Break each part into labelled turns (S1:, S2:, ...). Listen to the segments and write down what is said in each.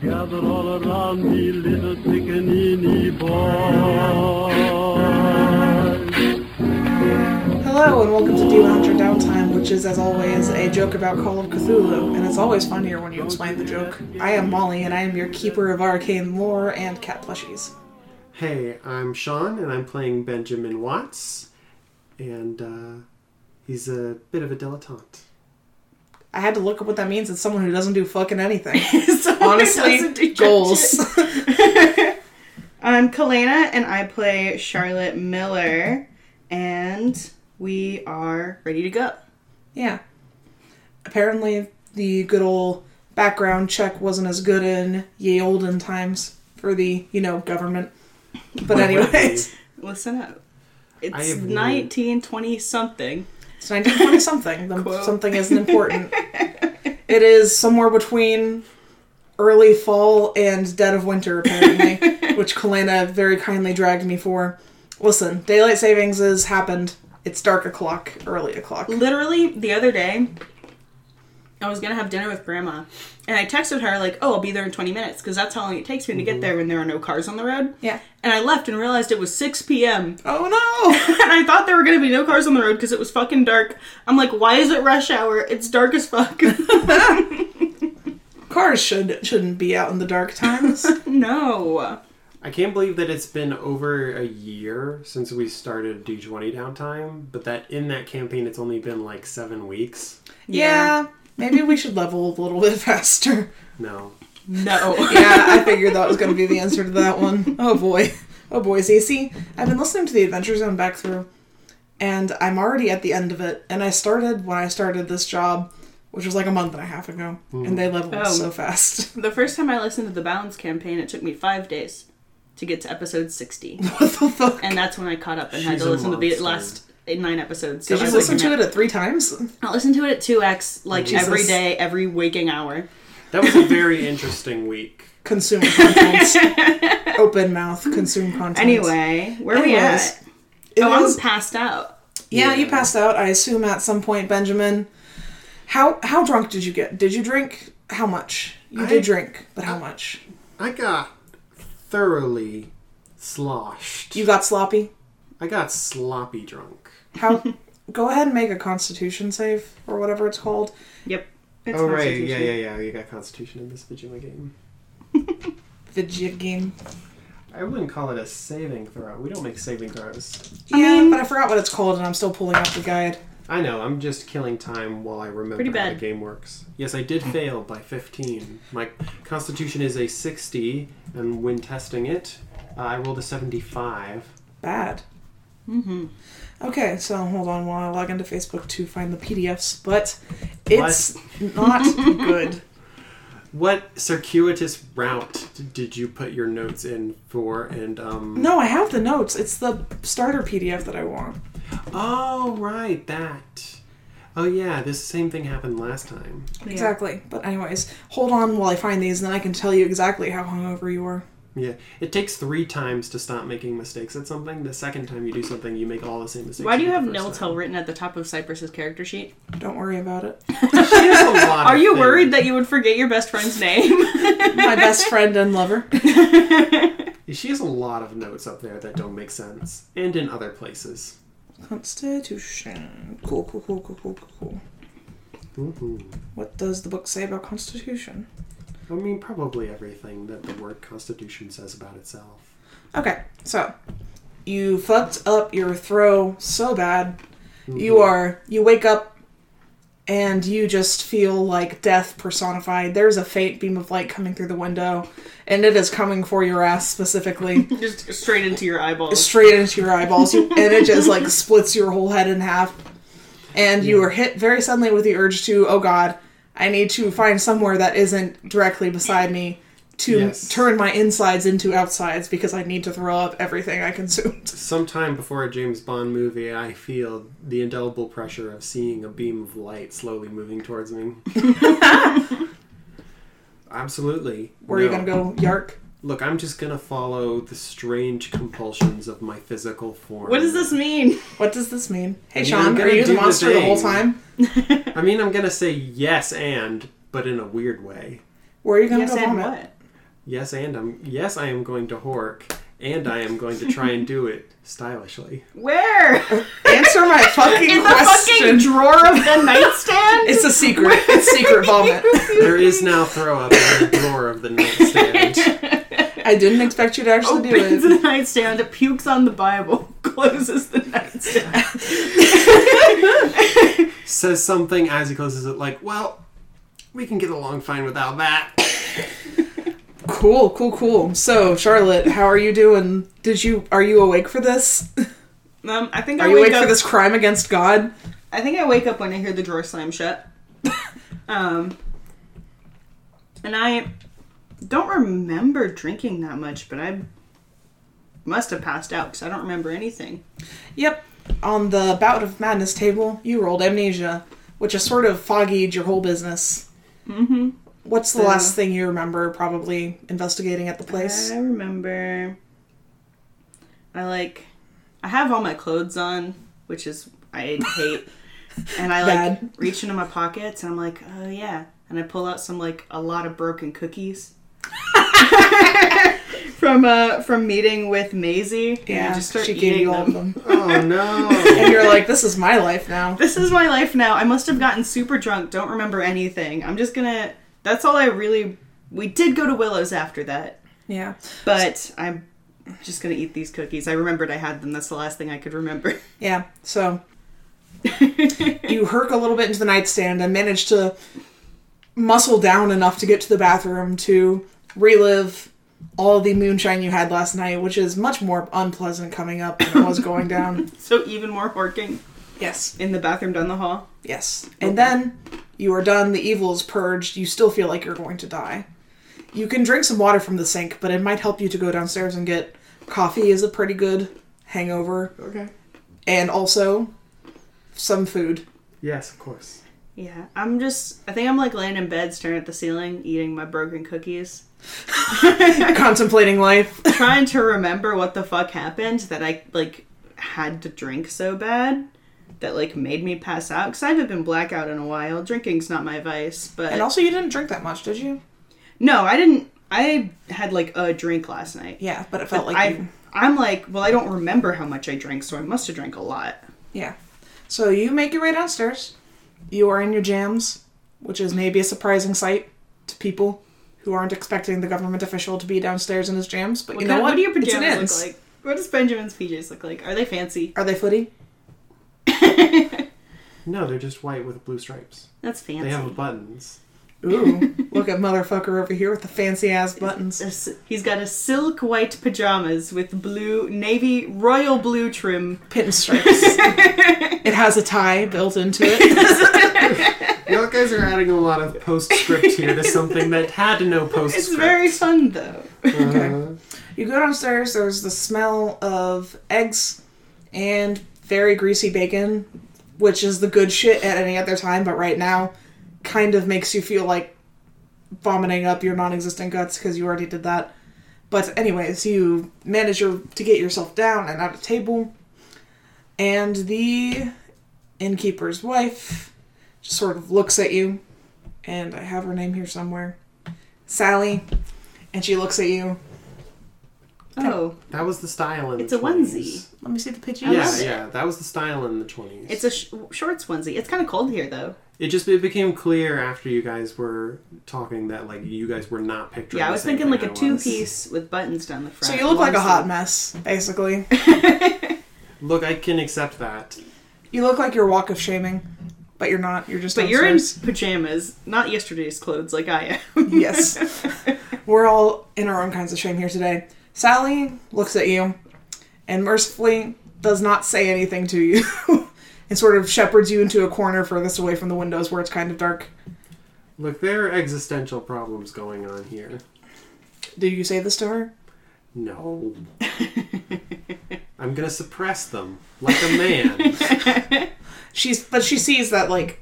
S1: gathered all around me, little pickaninny boys.
S2: Hello and welcome to D Lounger Downtime, which is, as always, a joke about Call of Cthulhu, and it's always funnier when you explain the joke. I am Molly, and I am your keeper of arcane lore and cat plushies.
S3: Hey, I'm Sean, and I'm playing Benjamin Watts, and uh, he's a bit of a dilettante.
S2: I had to look up what that means. It's someone who doesn't do fucking anything.
S4: Someone who doesn't do
S2: Honestly,
S4: jack
S2: goals.
S4: shit. I'm Um, Kalena, and I play Charlotte Miller, and we are ready to go.
S2: yeah. Apparently, the good old background check wasn't as good in ye olden times for the, you know, government. But anyways.
S4: Listen up.
S3: I
S4: It's
S3: have no-
S4: 1920 something.
S2: It's 1920 something. The
S4: Quote.
S2: something isn't important. it is somewhere between early fall and dead of winter, apparently, which Kalana very kindly dragged me for. Listen, daylight savings has happened. It's dark o'clock, early o'clock.
S4: Literally, the other day, I was gonna have dinner with Grandma, and I texted her, like, oh, I'll be there in 20 minutes, because that's how long it takes me to
S3: Mm-hmm.
S4: get there when there are no cars on the road.
S2: Yeah.
S4: And I left and realized it was 6 p.m.
S2: Oh no!
S4: and I thought there were gonna be no cars on the road because it was fucking dark. I'm like, why is it rush hour? It's dark as fuck.
S2: Cars should shouldn't be out in the dark times.
S4: no.
S3: I can't believe that it's been over a year since we started D20 downtime, but that in that campaign it's only been like seven weeks.
S2: yeah, maybe we should level a little bit faster.
S3: No.
S4: No.
S2: yeah, I figured that was going to be the answer to that one. Oh boy. Oh boy, Zacy. I've been listening to the Adventure Zone back through, and I'm already at the end of it. And I started when I started this job, which was like a month and a half ago,
S3: Mm-hmm.
S2: and they leveled
S4: Oh.
S2: so fast.
S4: the first time I listened to the Balance campaign, it took me five days to get to episode 60.
S2: what the fuck?
S4: and that's when I caught up and had
S3: She's
S4: to
S3: a
S4: listen to the
S3: monster.
S4: last nine episodes.
S2: Did
S4: So I
S2: you
S4: was
S2: listen to
S4: looking
S2: it at three times?
S4: at- I listened to it at 2x, like
S2: Jesus.
S4: every day, every waking hour.
S3: That was a very interesting week.
S2: Consume content. Open mouth, consume content.
S4: Anyway, where are we
S2: Anyways,
S4: at?
S2: It
S4: Oh,
S2: was-
S4: I'm passed out.
S2: yeah, you
S3: Yeah.
S2: passed out. I assume at some point, Benjamin. How how drunk did you get? Did you drink? How much? You
S3: I-
S2: did drink, but how much?
S3: I got thoroughly sloshed.
S2: You got sloppy.
S3: I got sloppy drunk.
S2: How? go ahead and make a Constitution save or whatever it's called.
S4: Yep. It's
S3: oh, right. Yeah,
S4: Constitution.
S3: yeah, yeah. You got Constitution in this Vigila game.
S2: The jig game.
S3: I wouldn't call it a saving throw. We don't make saving throws.
S2: yeah,
S4: mean-
S2: but I forgot what it's called, and I'm still pulling up the guide.
S3: I know. I'm just killing time while I remember
S4: Pretty
S3: how the
S4: bad.
S3: game works. Yes, I did fail by 15. My constitution is a 60, and when testing it, uh, I rolled a 75.
S2: Bad. Mm-hmm. Okay, so hold on while I log into Facebook to find the PDFs, but it's not good.
S3: What circuitous route d- did you put your notes in for? And um.
S2: No, I have the notes. It's the starter PDF that I want.
S3: Oh right, that. Oh yeah, this same thing happened last time.
S4: Yeah.
S2: Exactly. But anyways, hold on while I find these, and then I can tell you exactly how hungover you were.
S3: Yeah, it takes three times to stop making mistakes at something. The second time you do something, you make all the same mistakes.
S4: Why do you
S3: did the
S4: have
S3: first
S4: nil
S3: time.
S4: till written at the top of Cypress's character sheet?
S2: Don't worry about it.
S3: There's a lot
S4: Are
S3: of
S4: you
S3: things.
S4: worried that you would forget your best friend's name?
S2: My best friend and lover.
S3: She has a lot of notes up there that don't make sense, and in other places.
S2: Constitution. Cool, cool, cool, cool, cool, cool, cool. Mm-hmm. What does the book say about Constitution?
S3: I mean, probably everything that the word Constitution says about itself.
S2: Okay, so you fucked up your throw so bad. You are you wake up and you just feel like death personified. There's a faint beam of light coming through the window, and it is coming for your ass specifically.
S4: Just straight into your eyeballs.
S2: straight into your eyeballs, you, and it just like splits your whole head in half. And you are hit very suddenly with the urge to, oh God, I need to find somewhere that isn't directly beside me to
S3: Yes.
S2: turn my insides into outsides because I need to throw up everything I consumed.
S3: Sometime before a James Bond movie, I feel the indelible pressure of seeing a beam of light slowly moving towards me. Absolutely.
S2: Where are you gonna go, Yark?
S3: Look, I'm just gonna follow the strange compulsions of my physical form.
S4: What does this mean?
S2: What does this mean? Hey,
S3: mean, I'm
S2: Sean, are
S3: gonna
S2: you the
S3: do the
S2: monster the, whole
S3: thing.
S2: time?
S3: I mean, I'm gonna say yes and, but in a weird way.
S2: Where are you gonna
S4: Yes
S2: go
S4: and
S2: vomit?
S4: what?
S3: Yes, and I'm. Yes, I am going to hork, and I am going to try and do it stylishly.
S4: Where?
S2: Answer my fucking
S4: In the
S2: question.
S4: fucking drawer of the nightstand?
S2: it's a secret. It's secret vomit.
S3: There is now throw up in the drawer of the nightstand.
S2: I didn't expect you to actually do
S4: opens
S2: it.
S4: the nightstand, pukes on the Bible, closes the nightstand.
S3: Says something as he closes it, like, "Well, we can get along fine without that."
S2: Cool, cool, cool. So, Charlotte, how are you doing? Did you are you awake for this?
S4: Um, I think
S2: Are
S4: I
S2: you
S4: wake
S2: awake
S4: up.
S2: for this crime against God?
S4: I think I wake up when I hear the drawer slam shut. um, and I don't remember drinking that much, but I must have passed out because I don't remember anything.
S2: Yep. On the bout of madness table, you rolled amnesia, which has sort of foggied your whole business.
S4: Mm-hmm.
S2: What's the
S4: Yeah.
S2: last thing you remember? Probably investigating at the place.
S4: I remember. I like. I have all my clothes on, which is I hate. and I like
S2: Bad.
S4: reach into my pockets and I'm like, oh yeah. And I pull out some like a lot of broken cookies. from uh from meeting with Maisie. and I just start
S2: she
S4: eating
S2: gave you all of
S4: them.
S2: them,
S3: Oh no!
S2: and you're like, "This is my life now."
S4: This is my life now. I must have gotten super drunk. Don't remember anything. I'm just gonna. That's all I really. We did go to Willows after that.
S2: Yeah.
S4: But I'm just gonna eat these cookies. I remembered I had them. That's the last thing I could remember.
S2: Yeah. So you herk a little bit into the nightstand and manage to muscle down enough to get to the bathroom to relive all the moonshine you had last night, which is much more unpleasant coming up than it was going down.
S4: so even more horking
S2: Yes.
S4: in the bathroom down the hall.
S2: Yes. And then you are done, the evil is purged, you still feel like you're going to die. You can drink some water from the sink, but it might help you to go downstairs and get coffee is a pretty good hangover.
S3: Okay.
S2: And also some food.
S3: Yes, of course.
S4: Yeah, I'm just. I think I'm like laying in bed, staring at the ceiling, eating my broken cookies,
S2: Contemplating life.
S4: trying to remember what the fuck happened that I like had to drink so bad that like made me pass out. Because I haven't been blackout in a while. Drinking's not my vice, but
S2: And also you didn't drink that much, did you?
S4: no, I didn't. I had like a drink last night.
S2: Yeah, but it felt like
S4: I,
S2: you
S4: I'm like, well, I don't remember how much I drank, so I must have drank a lot.
S2: Yeah. So you make your way downstairs. You are in your jams, which is maybe a surprising sight to people who aren't expecting the government official to be downstairs in his jams. But
S4: What,
S2: you know
S4: kind-
S2: what?
S4: what do your
S2: It's an
S4: pajamas
S2: ins.
S4: look like? What does Benjamin's PJs look like? Are they fancy?
S2: Are they footy?
S3: No, they're just white with blue stripes.
S4: That's fancy.
S3: They have buttons.
S2: Ooh, look at motherfucker over here with the fancy ass buttons.
S4: A s- He's got a silk white pajamas with blue, navy, royal blue trim.
S2: Pinstripes. it has a tie built into it.
S3: Y'all guys are adding a lot of postscript here to something that had no postscript.
S4: It's very fun though.
S2: Okay. You go downstairs, there's the smell of eggs and very greasy bacon, which is the good shit at any other time, but right now kind of makes you feel like vomiting up your non existent guts because you already did that. But, anyways, you manage your, to get yourself down and at a table, and the innkeeper's wife just sort of looks at you, and I have her name here somewhere Sally, and she looks at you.
S4: Oh,
S3: That was the style in
S4: It's
S3: the
S4: a
S3: 20s.
S4: onesie.
S2: Let me see the picture.
S4: I
S3: Yeah,
S4: love it.
S3: yeah, that was the style in the 20s.
S4: it's a sh- shorts onesie. It's kind of cold here though.
S3: It just it became clear after you guys were talking that like you guys were not picturing.
S4: Yeah, I
S3: the
S4: was
S3: same
S4: thinking like
S3: thing
S4: a
S3: I
S4: two
S3: was.
S4: piece with buttons down the front.
S2: So you look like a
S4: Onesie.
S2: hot mess, basically.
S3: Look, I can accept that.
S2: You look like your walk of shaming, but you're not. You're just.
S4: But you're in
S2: downstairs.
S4: pajamas, not yesterday's clothes like I am.
S2: yes. We're all in our own kinds of shame here today. Sally looks at you, and mercifully does not say anything to you, and sort of shepherds you into a corner furthest away from the windows where it's kind of dark.
S3: Look, there are existential problems going on here.
S2: Do you say this to her?
S3: No, I'm gonna suppress them like a man.
S2: She's, but she sees that like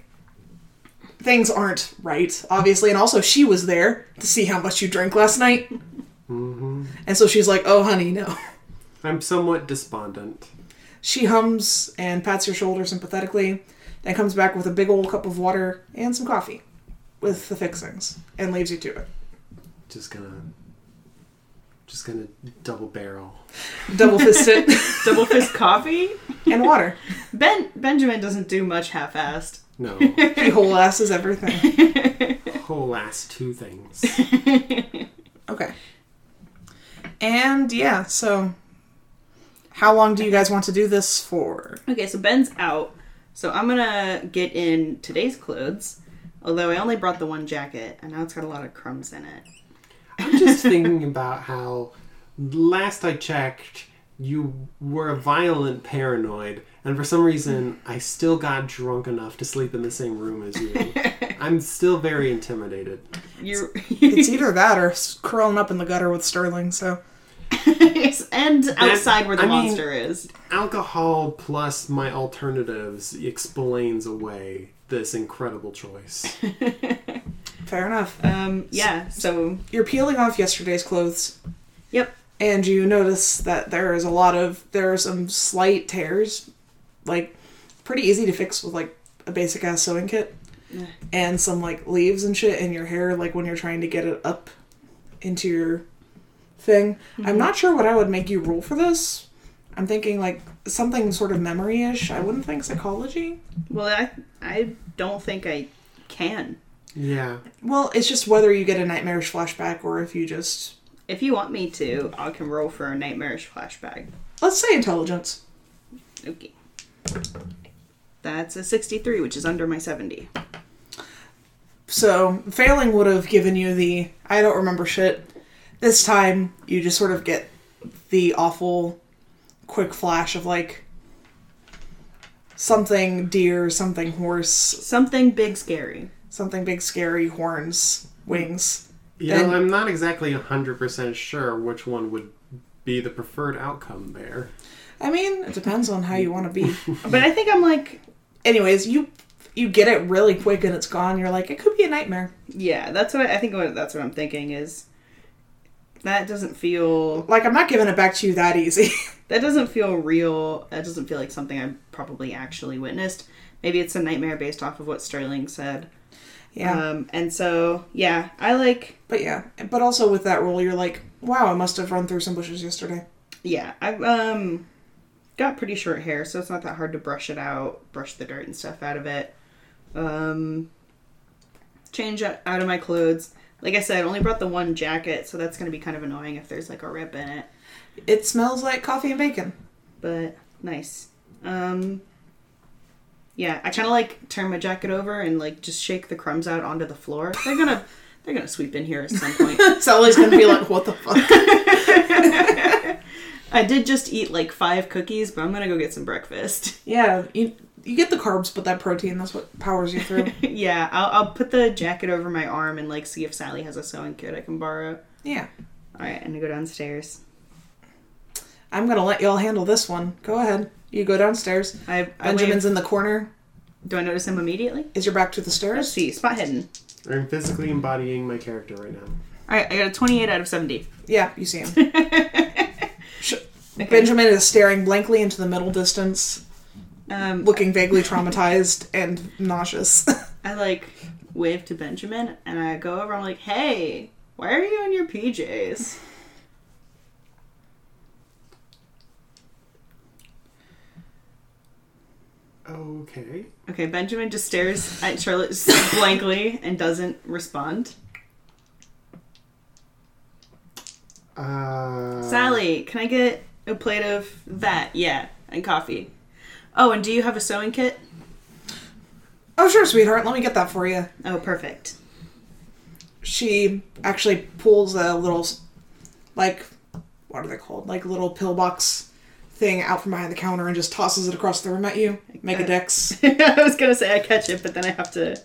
S2: things aren't right, obviously, and also she was there to see how much you drank last night, and so she's like, "Oh, honey, no."
S3: I'm somewhat despondent.
S2: She hums and pats your shoulder sympathetically, then comes back with a big old cup of water and some coffee with the fixings and leaves you to it.
S3: Just gonna Just gonna double barrel.
S2: Double fist it
S4: Double fist coffee.
S2: and water.
S4: Ben Benjamin doesn't do much half-assed.
S3: No,
S2: He whole asses everything.
S3: whole ass two things.
S2: Okay. And yeah, so how long do you guys want to do this for?
S4: Okay, so Ben's out, so I'm gonna get in today's clothes. Although I only brought the one jacket, and now it's got a lot of crumbs in it.
S3: I'm just thinking about how last I checked, you were a violent paranoid, and for some reason, I still got drunk enough to sleep in the same room as you. I'm still very intimidated.
S4: You
S2: It's either that or s- curling up in the gutter with Sterling. So
S4: and outside where the
S3: I mean-
S4: monster is.
S3: Alcohol plus my alternatives explains away this incredible choice.
S2: fair enough.
S4: Um, yeah. So
S2: You're peeling off yesterday's clothes,
S4: yep.
S2: and you notice that there is a lot of there are some slight tears, like pretty easy to fix with like a basic ass sewing kit, and some like leaves and shit in your hair, like when you're trying to get it up into your thing. I'm not sure what I would make you roll for this. I'm thinking like something sort of memory ish. I wouldn't think psychology.
S4: Well, I I don't think I can.
S3: Yeah.
S2: Well, it's just whether you get a nightmarish flashback or if you just
S4: If you want me to, I can roll for a nightmarish flashback.
S2: let's say intelligence.
S4: Okay. That's a 63, which is under my 70.
S2: So failing would have given you the I don't remember shit. This time you just sort of get the awful quick flash of like something deer, something horse,
S4: Something big scary.
S2: something big scary, horns, wings.
S3: You know,
S2: And-
S3: I'm not exactly 100% sure which one would be the preferred outcome there.
S2: I mean, it depends on how you want to be.
S4: But I think I'm like,
S2: Anyways, you you get it really quick and it's gone. You're like, it could be a nightmare.
S4: yeah, that's what I, I think what, that's what I'm thinking is that doesn't feel
S2: Like I'm not giving it back to you that easy.
S4: that doesn't feel real. That doesn't feel like something I probably actually witnessed. Maybe it's a nightmare based off of what Sterling said.
S2: yeah.
S4: Um, and so, yeah, I like
S2: But yeah, but also with that rule, you're like, wow, I must have run through some bushes yesterday.
S4: Yeah, I've um got pretty short hair, so it's not that hard to brush it out, brush the dirt and stuff out of it. Um change out out of my clothes. Like I said, I only brought the one jacket, so that's gonna be kind of annoying if there's like a rip in it.
S2: It smells like coffee and bacon.
S4: But nice. Um yeah, I kinda like turn my jacket over and like just shake the crumbs out onto the floor. They're gonna they're gonna sweep in here at some point.
S2: Sally's gonna be like, what the fuck?
S4: I did just eat like five cookies, but I'm gonna go get some breakfast.
S2: yeah, you you get the carbs, but that protein that's what powers you through.
S4: Yeah, I'll, I'll put the jacket over my arm and like see if Sally has a sewing kit I can borrow.
S2: yeah,
S4: All right, and I go downstairs.
S2: I'm gonna let y'all handle this one. Go ahead. You go downstairs.
S4: I, I
S2: Benjamin's in the corner.
S4: wave- Do I notice him immediately?
S2: Is your back to the
S4: Let's
S2: stairs?
S4: see, spot hidden.
S3: I'm physically embodying my character right now.
S4: All right, I got a 28 out of 70.
S2: Yeah, you see him. Sh- Benjamin is staring blankly into the middle distance,
S4: Um,
S2: looking vaguely traumatized and nauseous.
S4: I like wave to Benjamin and I go over. I'm like, hey, why are you in your PJs?
S3: Okay.
S4: Okay, Benjamin just stares at Charlotte just blankly and doesn't respond.
S3: Uh,
S4: Sally, can I get a plate of that? Yeah, and coffee. Oh, and do you have a sewing kit?
S2: oh sure, sweetheart. Let me get that for you.
S4: Oh, perfect.
S2: she actually pulls a little like what are they called like little pillbox thing out from behind the counter and just tosses it across the room at you make a dex
S4: I was gonna say I catch it, but then I have to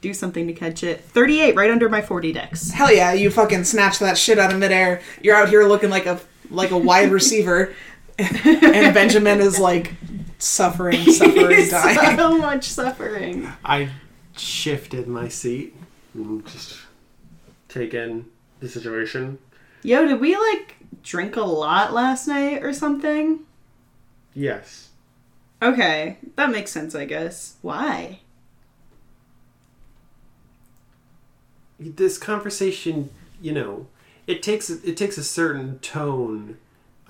S4: do something to catch it. Thirty-eight, right under my forty decks.
S2: hell yeah you fucking snatch that shit out of midair you're out here looking like a like a wide receiver and benjamin is like suffering suffering dying
S4: so much suffering.
S3: I shifted my seat and Mm, just take in the situation.
S4: Yo, did we like drink a lot last night or something?
S3: Yes.
S4: Okay, that makes sense, I guess. Why?
S3: This conversation, you know, it takes it takes a certain tone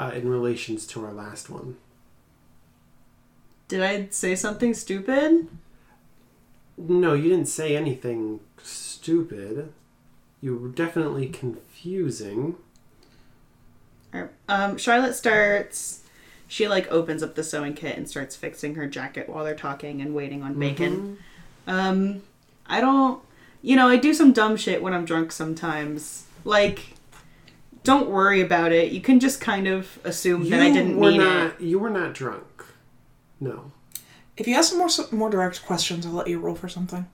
S3: uh, in relations to our last one.
S4: Did I say something stupid?
S3: No, you didn't say anything stupid. You were definitely confusing.
S4: Or- Um, Charlotte starts. She like opens up the sewing kit and starts fixing her jacket while they're talking and waiting on bacon.
S3: Mm-hmm.
S4: Um, I don't. You know, I do some dumb shit when I'm drunk sometimes. Like, don't worry about it. You can just kind of assume that I
S3: You
S4: didn't
S3: were
S4: mean
S3: not,
S4: it.
S3: You were not drunk. No,
S2: If you have some more s- more direct questions, I'll let you roll for something.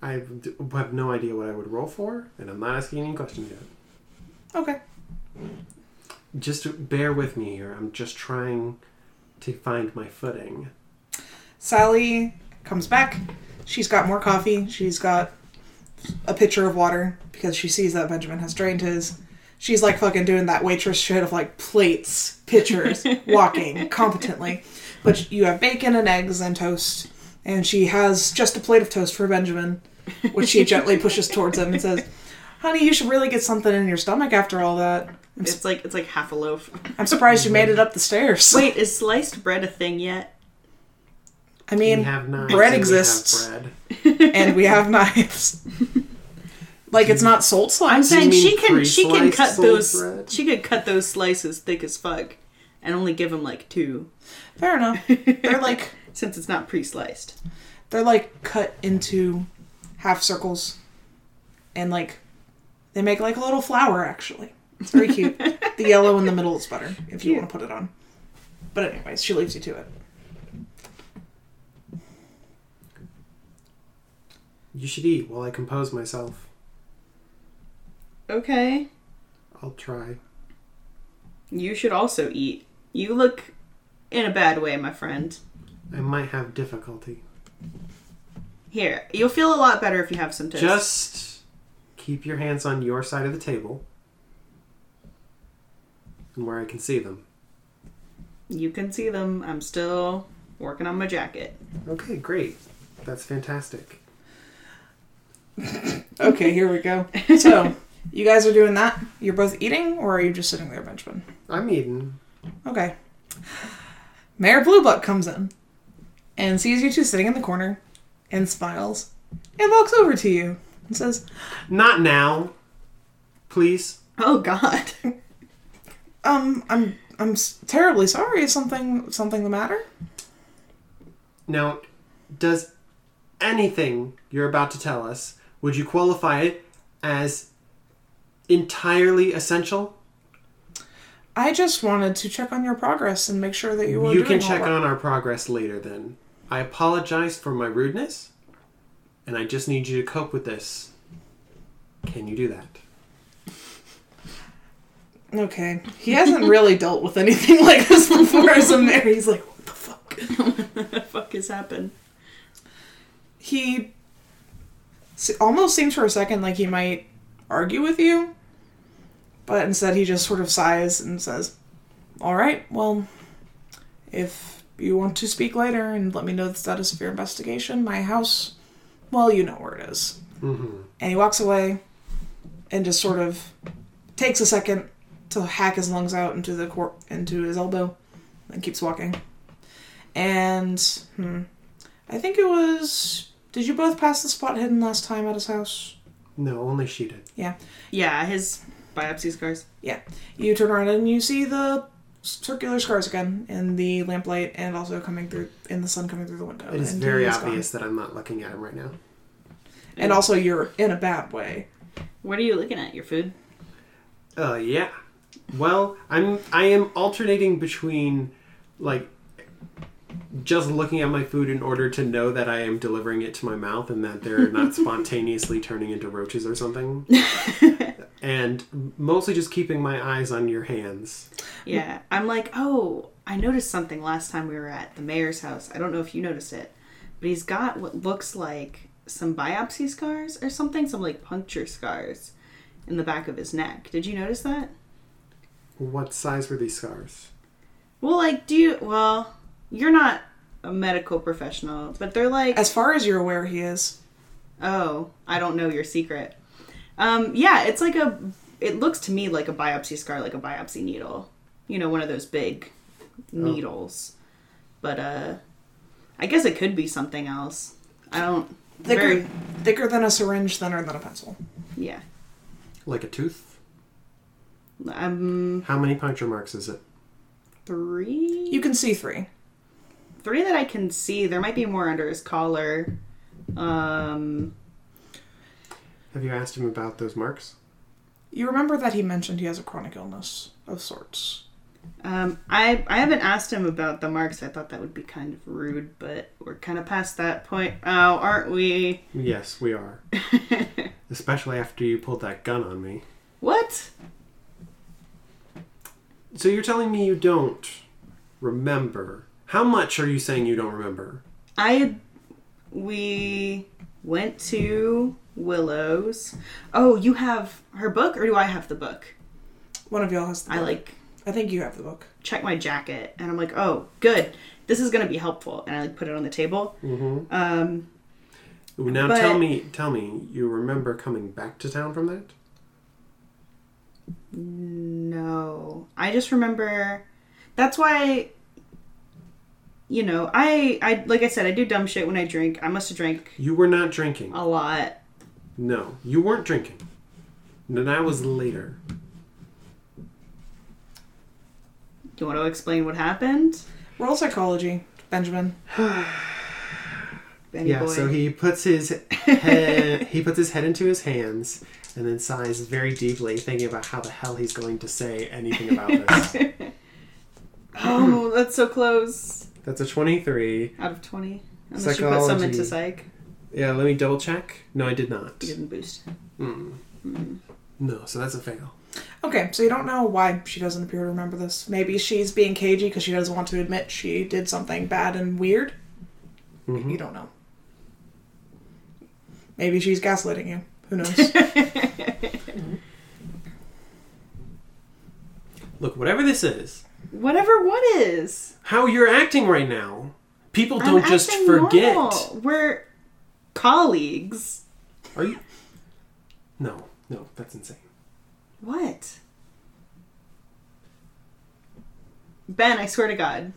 S3: I d- have no idea what I would roll for, and I'm not asking any questions yet.
S2: Okay.
S3: Just bear with me here. I'm just trying to find my footing.
S2: Sally comes back. She's got more coffee. She's got a pitcher of water because she sees that Benjamin has drained his. She's like fucking doing that waitress shit of like plates, pitchers, walking competently. But you have bacon and eggs and toast. And she has just a plate of toast for Benjamin, which she gently pushes towards him and says, Honey, you should really get something in your stomach after all that. I'm,
S4: It's like it's like half a loaf.
S2: I'm surprised you made it up the stairs.
S4: Wait, is sliced bread a thing yet?
S2: I
S3: We
S2: mean,
S3: have
S2: bread
S3: knives. and we have
S2: exists.
S3: bread.
S2: and we have knives. like it's not salt
S4: I'm
S2: slice.
S4: saying
S3: mean
S4: she can she can
S3: pre-sliced
S4: cut
S3: sold
S4: those
S3: bread?
S4: she could cut those slices thick as fuck, and only give him like two
S2: Fair enough. They're like
S4: since it's not pre-sliced.
S2: they're like cut into half circles, and like they make like a little flower. Actually, it's very cute. the yellow in the middle is better if you
S4: Cute.
S2: want to put it on. But anyways, she leaves you to it.
S3: You should eat while I compose myself.
S4: Okay,
S3: I'll try.
S4: you should also eat. You look in a bad way, my friend.
S3: I might have difficulty.
S4: Here, you'll feel a lot better if you have some toast.
S3: Just keep your hands on your side of the table and where I can see them.
S4: you can see them. I'm still working on my jacket.
S3: Okay, great. That's fantastic.
S2: Okay, here we go. So you guys are doing that. You're both eating, or are you just sitting there, Benjamin?
S3: I'm eating.
S2: Okay. Mayor Bluebuck comes in and sees you two sitting in the corner and smiles and walks over to you and says,
S3: Not now. Please.
S4: Oh God,
S2: "Um, I'm I'm s- terribly sorry. Is something something the matter?"
S3: Now, does anything you're about to tell us, would you qualify it as entirely essential?
S2: I just wanted to check on your progress and make sure that you were
S3: you
S2: doing
S3: can check
S2: all right.
S3: on our progress later then. I apologize for my rudeness, and I just need you to cope with this. Can you do that?
S2: Okay, he hasn't really dealt with anything like this before as a mayor. He's like, "What the fuck?"
S4: what the fuck has happened?
S2: he s- almost seems for a second like he might argue with you, but instead he just sort of sighs and says, All right, well, if you want to speak later and let me know the status of your investigation, my house, well, you know where it is.
S3: Mm-hmm.
S2: And he walks away and just sort of takes a second to hack his lungs out into the cor- into his elbow and keeps walking. And hmm, I think it was. Did you both pass the spot hidden last time at his house?
S3: No, only she did.
S2: Yeah.
S4: Yeah, his biopsy scars.
S2: Yeah. You turn around and you see the circular scars again in the lamplight and also coming through in the sun coming through the window.
S3: It is
S2: And
S3: very
S2: he's gone.
S3: obvious that I'm not looking at him right now.
S2: And also, you're in a bad way.
S4: What are you looking at? Your food?
S3: Uh, yeah. Well, I'm I am alternating between like just looking at my food in order to know that I am delivering it to my mouth and that they're not spontaneously turning into roaches or something. and mostly just keeping my eyes on your hands.
S4: Yeah, I'm like, oh, I noticed something last time we were at the mayor's house. I don't know if you noticed it, but he's got what looks like some biopsy scars or something, some like puncture scars in the back of his neck. Did you notice that?
S3: What size were these scars?
S4: Well, like, do you, well, you're not a medical professional, but they're like,
S2: As far as you're aware, he is.
S4: oh, I don't know your secret. Um, yeah, it's like a it looks to me like a biopsy scar, like a biopsy needle. You know, one of those big needles. But uh I guess it could be something else. I don't
S2: Thicker,
S4: very
S2: thicker than a syringe, thinner than a pencil.
S4: yeah.
S3: Like a tooth?
S4: Um
S3: How many puncture marks is it?
S4: three
S2: You can see three.
S4: three that I can see. There might be more under his collar. Um
S3: Have you asked him about those marks?
S2: You remember that he mentioned he has a chronic illness of sorts.
S4: Um, I I haven't asked him about the marks. I thought that would be kind of rude, but we're kind of past that point now, aren't we?
S3: Yes, we are. Especially after you pulled that gun on me.
S4: What?
S3: So you're telling me you don't remember. How much are you saying you don't remember?
S4: I we went to Willows. Oh, you have her book, or do I have the book?
S2: One of y'all has the book.
S4: I like
S2: I think you have the book.
S4: check my jacket, and I'm like, oh, good. This is gonna be helpful, and I like put it on the table. Mm-hmm. Um,
S3: Now
S4: But-
S3: tell me, tell me, you remember coming back to town from that?
S4: No, I just remember. That's why. You know, I I like I said, I do dumb shit when I drink. I must have drank
S3: You were not drinking.
S4: a lot.
S3: No, you weren't drinking. No, that was later.
S4: Do you want to explain what happened,
S2: Roll psychology, Benjamin.
S4: Benny
S3: yeah,
S4: boy?
S3: so he puts his head he puts his head into his hands and then sighs very deeply, thinking about how the hell he's going to say anything about this.
S4: oh, that's so close.
S3: That's a twenty-three.
S4: Out of twenty, unless you put some into psych,
S3: Yeah, let me double check. No, I did not.
S4: you didn't boost.
S3: No, so that's a fail.
S2: Okay, so you don't know why she doesn't appear to remember this. Maybe she's being cagey because she doesn't want to admit she did something bad and weird. You don't know. Maybe she's gaslighting you. Who knows?
S3: Look, whatever this is,
S4: Whatever. What is?
S3: how you're acting right now, people don't
S4: I'm
S3: just
S4: acting
S3: forget.
S4: normal. We're colleagues.
S3: Are you? No, no, that's insane.
S4: What? Ben, I swear to God.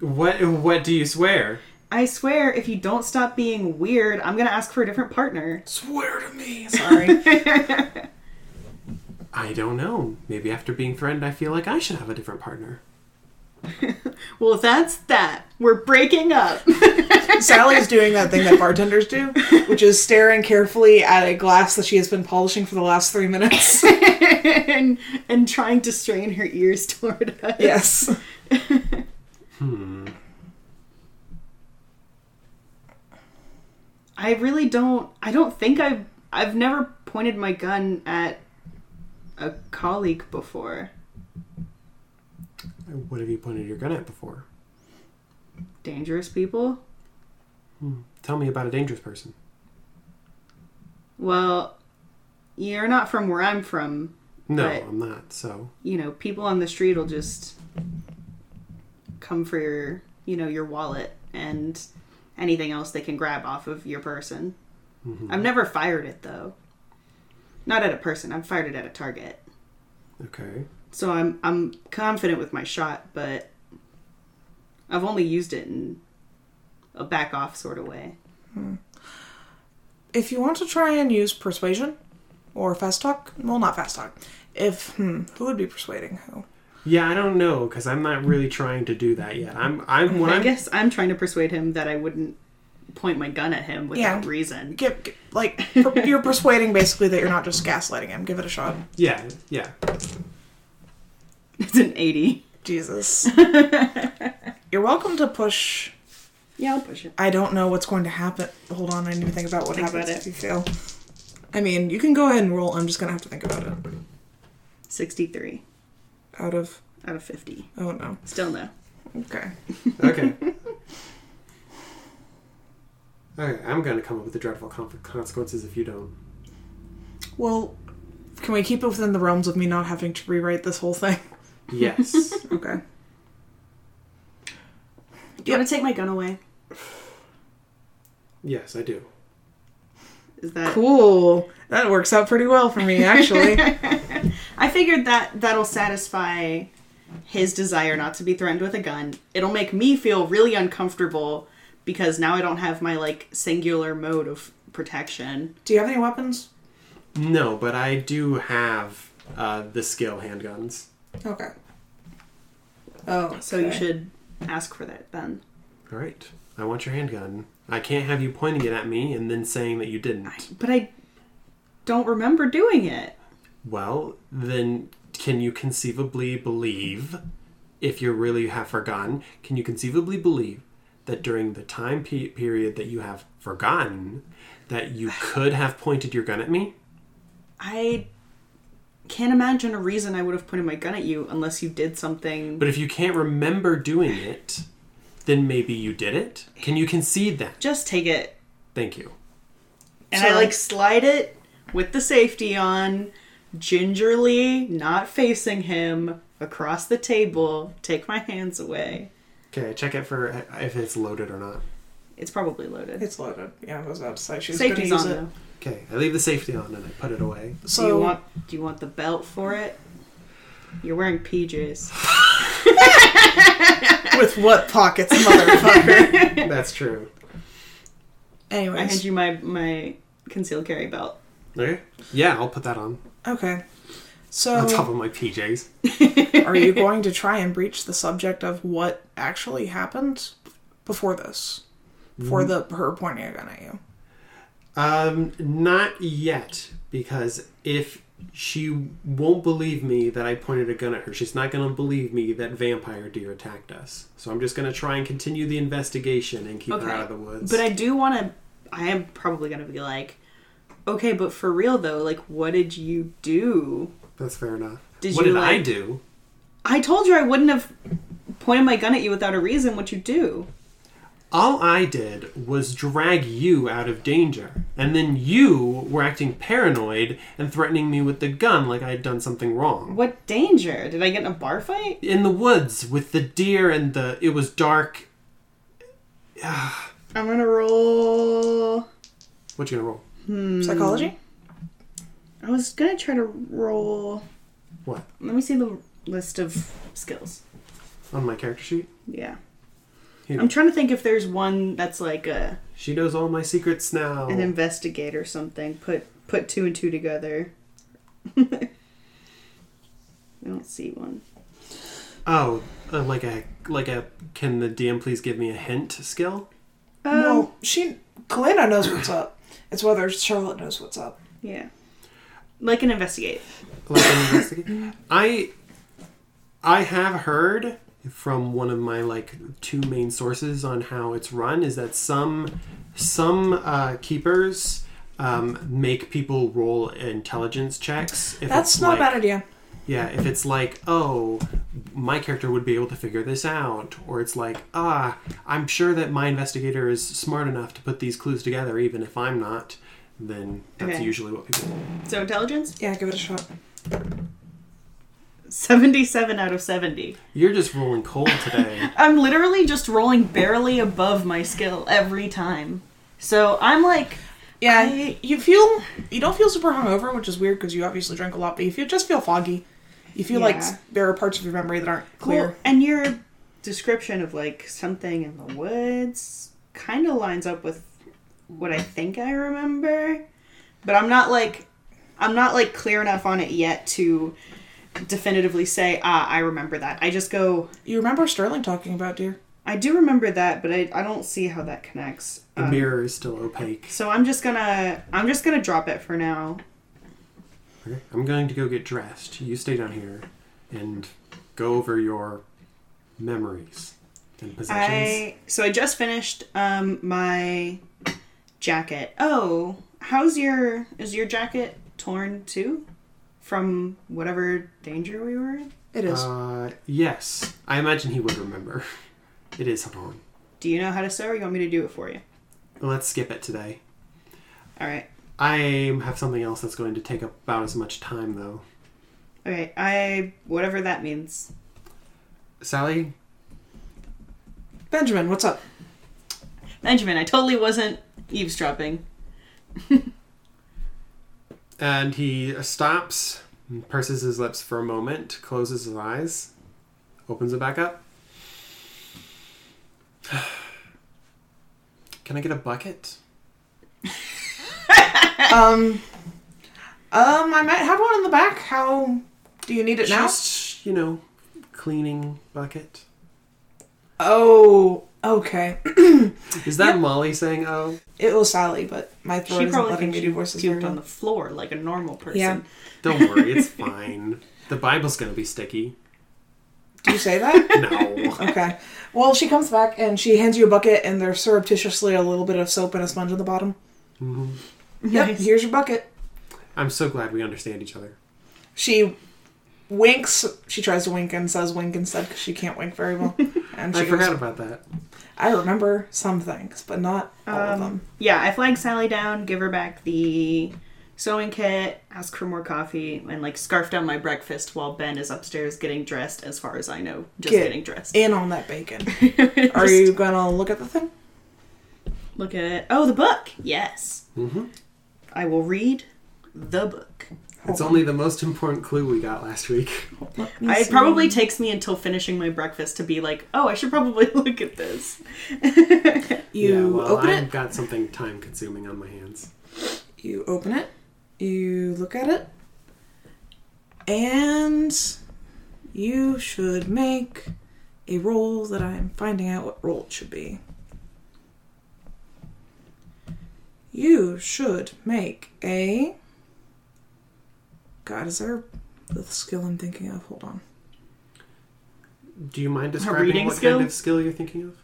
S3: What? What do you swear?
S4: I swear, if you don't stop being weird, I'm gonna ask for a different partner.
S2: Swear to me. Sorry.
S3: I don't know. Maybe after being threatened, I feel like I should have a different partner.
S4: Well, that's that. We're breaking up.
S2: Sally's doing that thing that bartenders do, which is staring carefully at a glass that she has been polishing for the last three minutes.
S4: and, and trying to strain her ears toward us.
S2: yes.
S4: I really don't. I don't think I've. I've never pointed my gun at a colleague before.
S3: What have you pointed your gun at before?
S4: Dangerous people?
S3: Tell me about a dangerous person.
S4: Well, you're not from where I'm from.
S3: No,
S4: Right.
S3: I'm not. So
S4: you know, people on the street will just come for your, you know, your wallet and anything else they can grab off of your person.
S3: Mm-hmm.
S4: I've never fired it though. Not at a person. I've fired it at a target.
S3: okay.
S4: So I'm I'm confident with my shot, but I've only used it in a back off sort of way.
S2: if you want to try and use persuasion or fast talk, well, not fast talk. If hmm, who would be persuading who?
S3: Yeah, I don't know because I'm not really trying to do that yet. I'm. I'm. When
S4: I
S3: I'm
S4: guess I'm trying to persuade him that I wouldn't point my gun at him without
S2: Yeah.
S4: reason.
S2: Get, get- like per- you're persuading basically that you're not just gaslighting him. Give it a shot.
S3: yeah. Yeah.
S4: It's an 80.
S2: Jesus. you're welcome to push.
S4: Yeah, I'll push it.
S2: I don't know what's going to happen. Hold on, I need to think about what
S4: Think
S2: happens
S4: about
S2: if you fail. I mean, you can go ahead and roll. I'm just gonna have to think about it.
S4: 63
S2: Out of
S4: out of 50.
S2: oh no.
S4: Still no.
S2: Okay.
S3: Okay. okay. I'm gonna come up with the dreadful con- consequences if you don't.
S2: Well, can we keep it within the realms of me not having to rewrite this whole thing?
S3: Yes.
S2: Okay.
S4: Do you want to take my gun away?
S3: yes, I do.
S4: Is that
S2: Cool. That works out pretty well for me, actually.
S4: I figured that that'll satisfy his desire not to be threatened with a gun. It'll make me feel really uncomfortable because now I don't have my like singular mode of protection.
S2: Do you have any weapons?
S3: No, but I do have uh, the skill handguns.
S2: Okay. Oh,
S4: So you
S2: okay.
S4: should ask for that then.
S3: All right. I want your handgun. I can't have you pointing it at me and then saying that you didn't.
S4: But I don't remember doing it.
S3: Well, then can you conceivably believe, if you really have forgotten, can you conceivably believe that during the time pe- period that you have forgotten, that you could have pointed your gun at me?
S4: I can't imagine a reason I would have pointed my gun at you unless you did something.
S3: But if you can't remember doing it, then maybe you did it. Can you concede that?
S4: Just take it.
S3: Thank you.
S4: And I
S2: Sorry.
S4: like slide it with the safety on, gingerly, not facing him, across the table, take my hands away.
S3: Okay, check it for if it's loaded or not.
S4: It's probably loaded.
S2: It's loaded. Yeah, I was about to say she was going to
S4: Safety's
S2: use
S4: on
S2: it.
S4: though.
S3: Okay, I leave the safety on and I put it away.
S2: So
S4: Do you want do you want the belt for it? You're wearing PJs.
S2: with what pockets, motherfucker?
S3: That's true.
S4: I hand
S2: Anyways,
S4: you my my concealed carry belt.
S3: Okay. Yeah, I'll put that on
S2: okay.
S3: on top
S2: So,
S3: of my PJs.
S2: are you going to try and breach the subject of what actually happened before this? For the
S3: Mm-hmm.
S2: her pointing a gun at you.
S3: Um, not yet, because if she won't believe me that I pointed a gun at her, she's not going to believe me that vampire deer attacked us. So I'm just going to try and continue the investigation and keep her out of the woods.
S4: But I do want to. I am probably going to be like, okay, but for real though, like, what did you do?
S3: That's fair enough.
S4: Did
S3: what
S4: you,
S3: did I
S4: like-
S3: do?
S4: I told you I wouldn't have pointed my gun at you without a reason. What you do?
S3: All I did was drag you out of danger, and then you were acting paranoid and threatening me with the gun like I had done something wrong.
S4: What danger? Did I get in a bar fight?
S3: in the woods with the deer and the it was dark
S4: I'm gonna roll.
S3: what you gonna roll
S2: Psychology.
S4: I was gonna try to roll.
S3: what
S4: Let me see the list of skills.
S3: on my character sheet
S4: Yeah.
S3: Here.
S4: I'm trying to think if there's one that's like a
S3: she knows all my secrets now
S4: an investigate or something. Put put two and two together. I don't see one.
S3: oh uh, like a like a can the dm please give me a hint skill
S4: Mm,
S2: well, Um, she Kalina knows what's up. It's whether Charlotte knows what's up.
S4: Yeah. Like an investigate.
S3: like an investigate i i have heard from one of my like two main sources on how it's run is that some some uh, keepers um, make people roll intelligence checks if
S2: That's
S3: it's
S2: not
S3: like,
S2: a bad idea.
S3: Yeah, if it's like, oh, my character would be able to figure this out, or it's like, ah, I'm sure that my investigator is smart enough to put these clues together, even if I'm not, then that's
S4: Okay.
S3: usually what people.
S4: So intelligence?
S2: Yeah, give it a shot.
S4: 77 out of 70.
S3: You're just rolling cold today.
S4: I'm literally just rolling barely above my skill every time. So I'm like,
S2: Yeah,
S4: I-
S2: you feel you don't feel super hungover, which is weird because you obviously drank a lot, but you feel, just feel foggy. You feel like
S4: Yeah.
S2: there are parts of your memory that aren't
S4: well,
S2: clear.
S4: and your description of like something in the woods kind of lines up with what I think I remember, but I'm not like, I'm not like clear enough on it yet to definitively say, ah, I remember that. I just go,
S2: You remember Sterling talking about deer?
S4: I do remember that, but I, I don't see how that connects. Um,
S3: The mirror is still opaque.
S4: So I'm just gonna I'm just gonna drop it for now.
S3: Okay. I'm going to go get dressed. You stay down here and go over your memories and possessions.
S4: I so I just finished um my jacket. Oh, how's your is your jacket torn too? From whatever danger we were in?
S2: It is.
S3: Uh, yes, I imagine he would remember. It is on.
S4: Do you know how to sew or you want me to do it for you?
S3: Let's skip it today.
S4: Alright.
S3: I have something else that's going to take up about as much time, though.
S4: Okay, I whatever that means.
S3: Sally,
S2: Benjamin, what's up?
S4: Benjamin, I totally wasn't eavesdropping.
S3: and he stops Purses his lips for a moment, closes his eyes, opens it back up. Can I get a bucket?
S2: Um, um, I might have one in the back. How do you need it now?
S3: Just, you know, cleaning bucket.
S2: Oh, okay.
S3: Is that Molly saying, oh?
S2: It was Sally, but my throat
S4: She
S2: isn't
S4: probably
S2: letting
S4: thinks
S2: me
S4: she
S2: do voices very
S4: puked on the
S2: well.
S4: floor like a normal person.
S2: Yeah.
S3: Don't worry, it's fine. The Bible's gonna be sticky.
S2: Do you say that?
S3: No.
S2: Okay. Well, she comes back and she hands you a bucket, and there's surreptitiously a little bit of soap and a sponge on the bottom. Yep,
S4: Nice.
S2: here's your bucket.
S3: I'm so glad we understand each other.
S2: She winks. She tries to wink and says wink instead because she can't wink very well. And she
S3: I forgot
S2: Goes,
S3: about that.
S2: I remember some things, but not all
S4: Um,
S2: of them.
S4: Yeah, I flag Sally down, give her back the sewing kit, ask for more coffee, and like scarf down my breakfast while Ben is upstairs getting dressed, as far as I know. Just
S2: Get
S4: getting dressed.
S2: In on that bacon. Are you gonna look at the thing?
S4: Look at oh the book. Yes. Mm-hmm. I will read the book.
S3: It's only the most important clue we got last week.
S4: I- It probably takes me until finishing my breakfast to be like, oh, I should probably look at this.
S2: You
S3: yeah, well,
S2: open
S3: I've
S2: it.
S3: got something time consuming on my hands.
S2: You open it. You look at it. And you should make a roll that I'm finding out what roll it should be. You should make a. God, is there the skill I'm thinking of? Hold on.
S3: Do you mind describing
S4: reading
S3: what
S4: skill?
S3: kind of skill you're thinking of?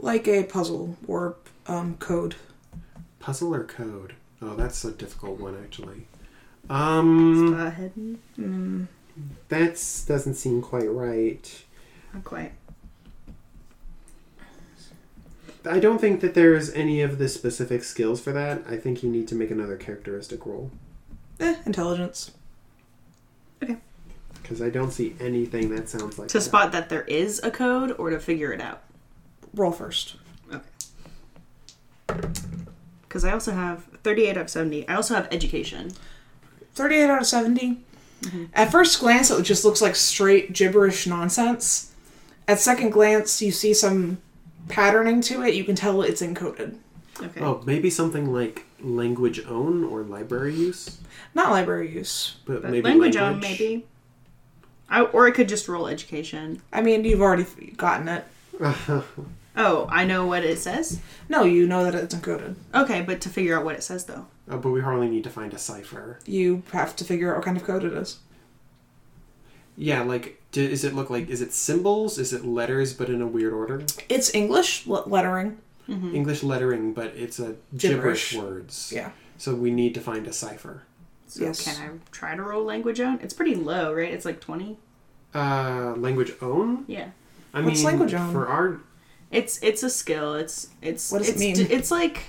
S2: Like a puzzle or um, code.
S3: Puzzle or code? Oh, that's a difficult one, actually.
S2: Mm.
S3: Um,
S4: Go ahead. and-
S3: that's doesn't seem quite right.
S4: Not quite.
S3: I don't think that there's any of the specific skills for that. I think you need to make another characteristic roll
S2: Eh, intelligence.
S3: because I don't see anything that sounds like
S4: To
S3: that.
S4: spot that there is a code or to figure it out.
S2: Roll first.
S4: Okay. Because I also have 38 out of 70. I also have education.
S2: 38 out of 70. At first glance, it just looks like straight gibberish nonsense. At second glance, you see some patterning to it. You can tell it's encoded.
S4: Okay.
S3: Oh, maybe something like language own or library use,
S2: Not library use.
S3: but,
S4: But
S3: maybe
S4: language on maybe. I, or I could just roll education.
S2: I mean, you've already f- gotten it.
S4: Oh, I know what it says.
S2: No, you know that it's encoded.
S4: Okay, but to figure out what it says though.
S3: Oh, but we probably need to find a cipher.
S2: You have to figure out what kind of code it is.
S3: Yeah, like d is it look like is it symbols? Is it letters, but in a weird order?
S2: It's English le- lettering.
S3: English lettering, but it's a
S2: Mm-hmm. Gibberish.
S3: gibberish, words.
S2: Yeah.
S3: So we need to find a cipher.
S4: So
S2: Yes.
S4: can I try to roll language on? It's pretty low, right? It's like 20.
S3: Uh, language own.
S4: Yeah.
S3: I
S2: What's
S3: mean,
S2: language own?
S3: for our
S4: It's it's a skill. It's it's
S2: What does it
S4: it's
S2: mean?
S4: d- it's like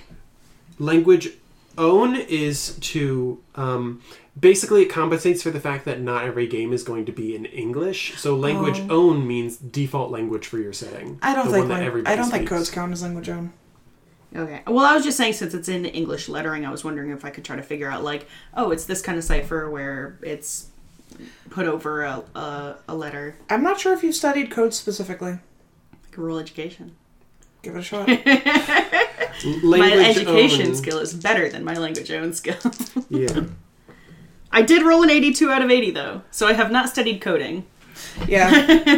S3: language own is to um, basically it compensates for the fact that not every game is going to be in English. So language own means default language for your setting.
S2: Oh. I don't
S3: the
S2: think
S3: one that
S2: lang-
S3: everybody
S2: I don't think
S3: speaks.
S2: codes count as language own.
S4: Okay. Well, I was just saying since it's in English lettering, I was wondering if I could try to figure out like, oh, it's this kind of cipher where it's put over a a, a letter.
S2: I'm not sure if you've studied code specifically.
S4: Like a rural education.
S2: Give it a shot.
S3: Language
S4: my education
S3: own-
S4: skill is better than my language own skill.
S3: Yeah.
S4: I did roll an 82 out of 80 though, so I have not studied coding.
S2: yeah.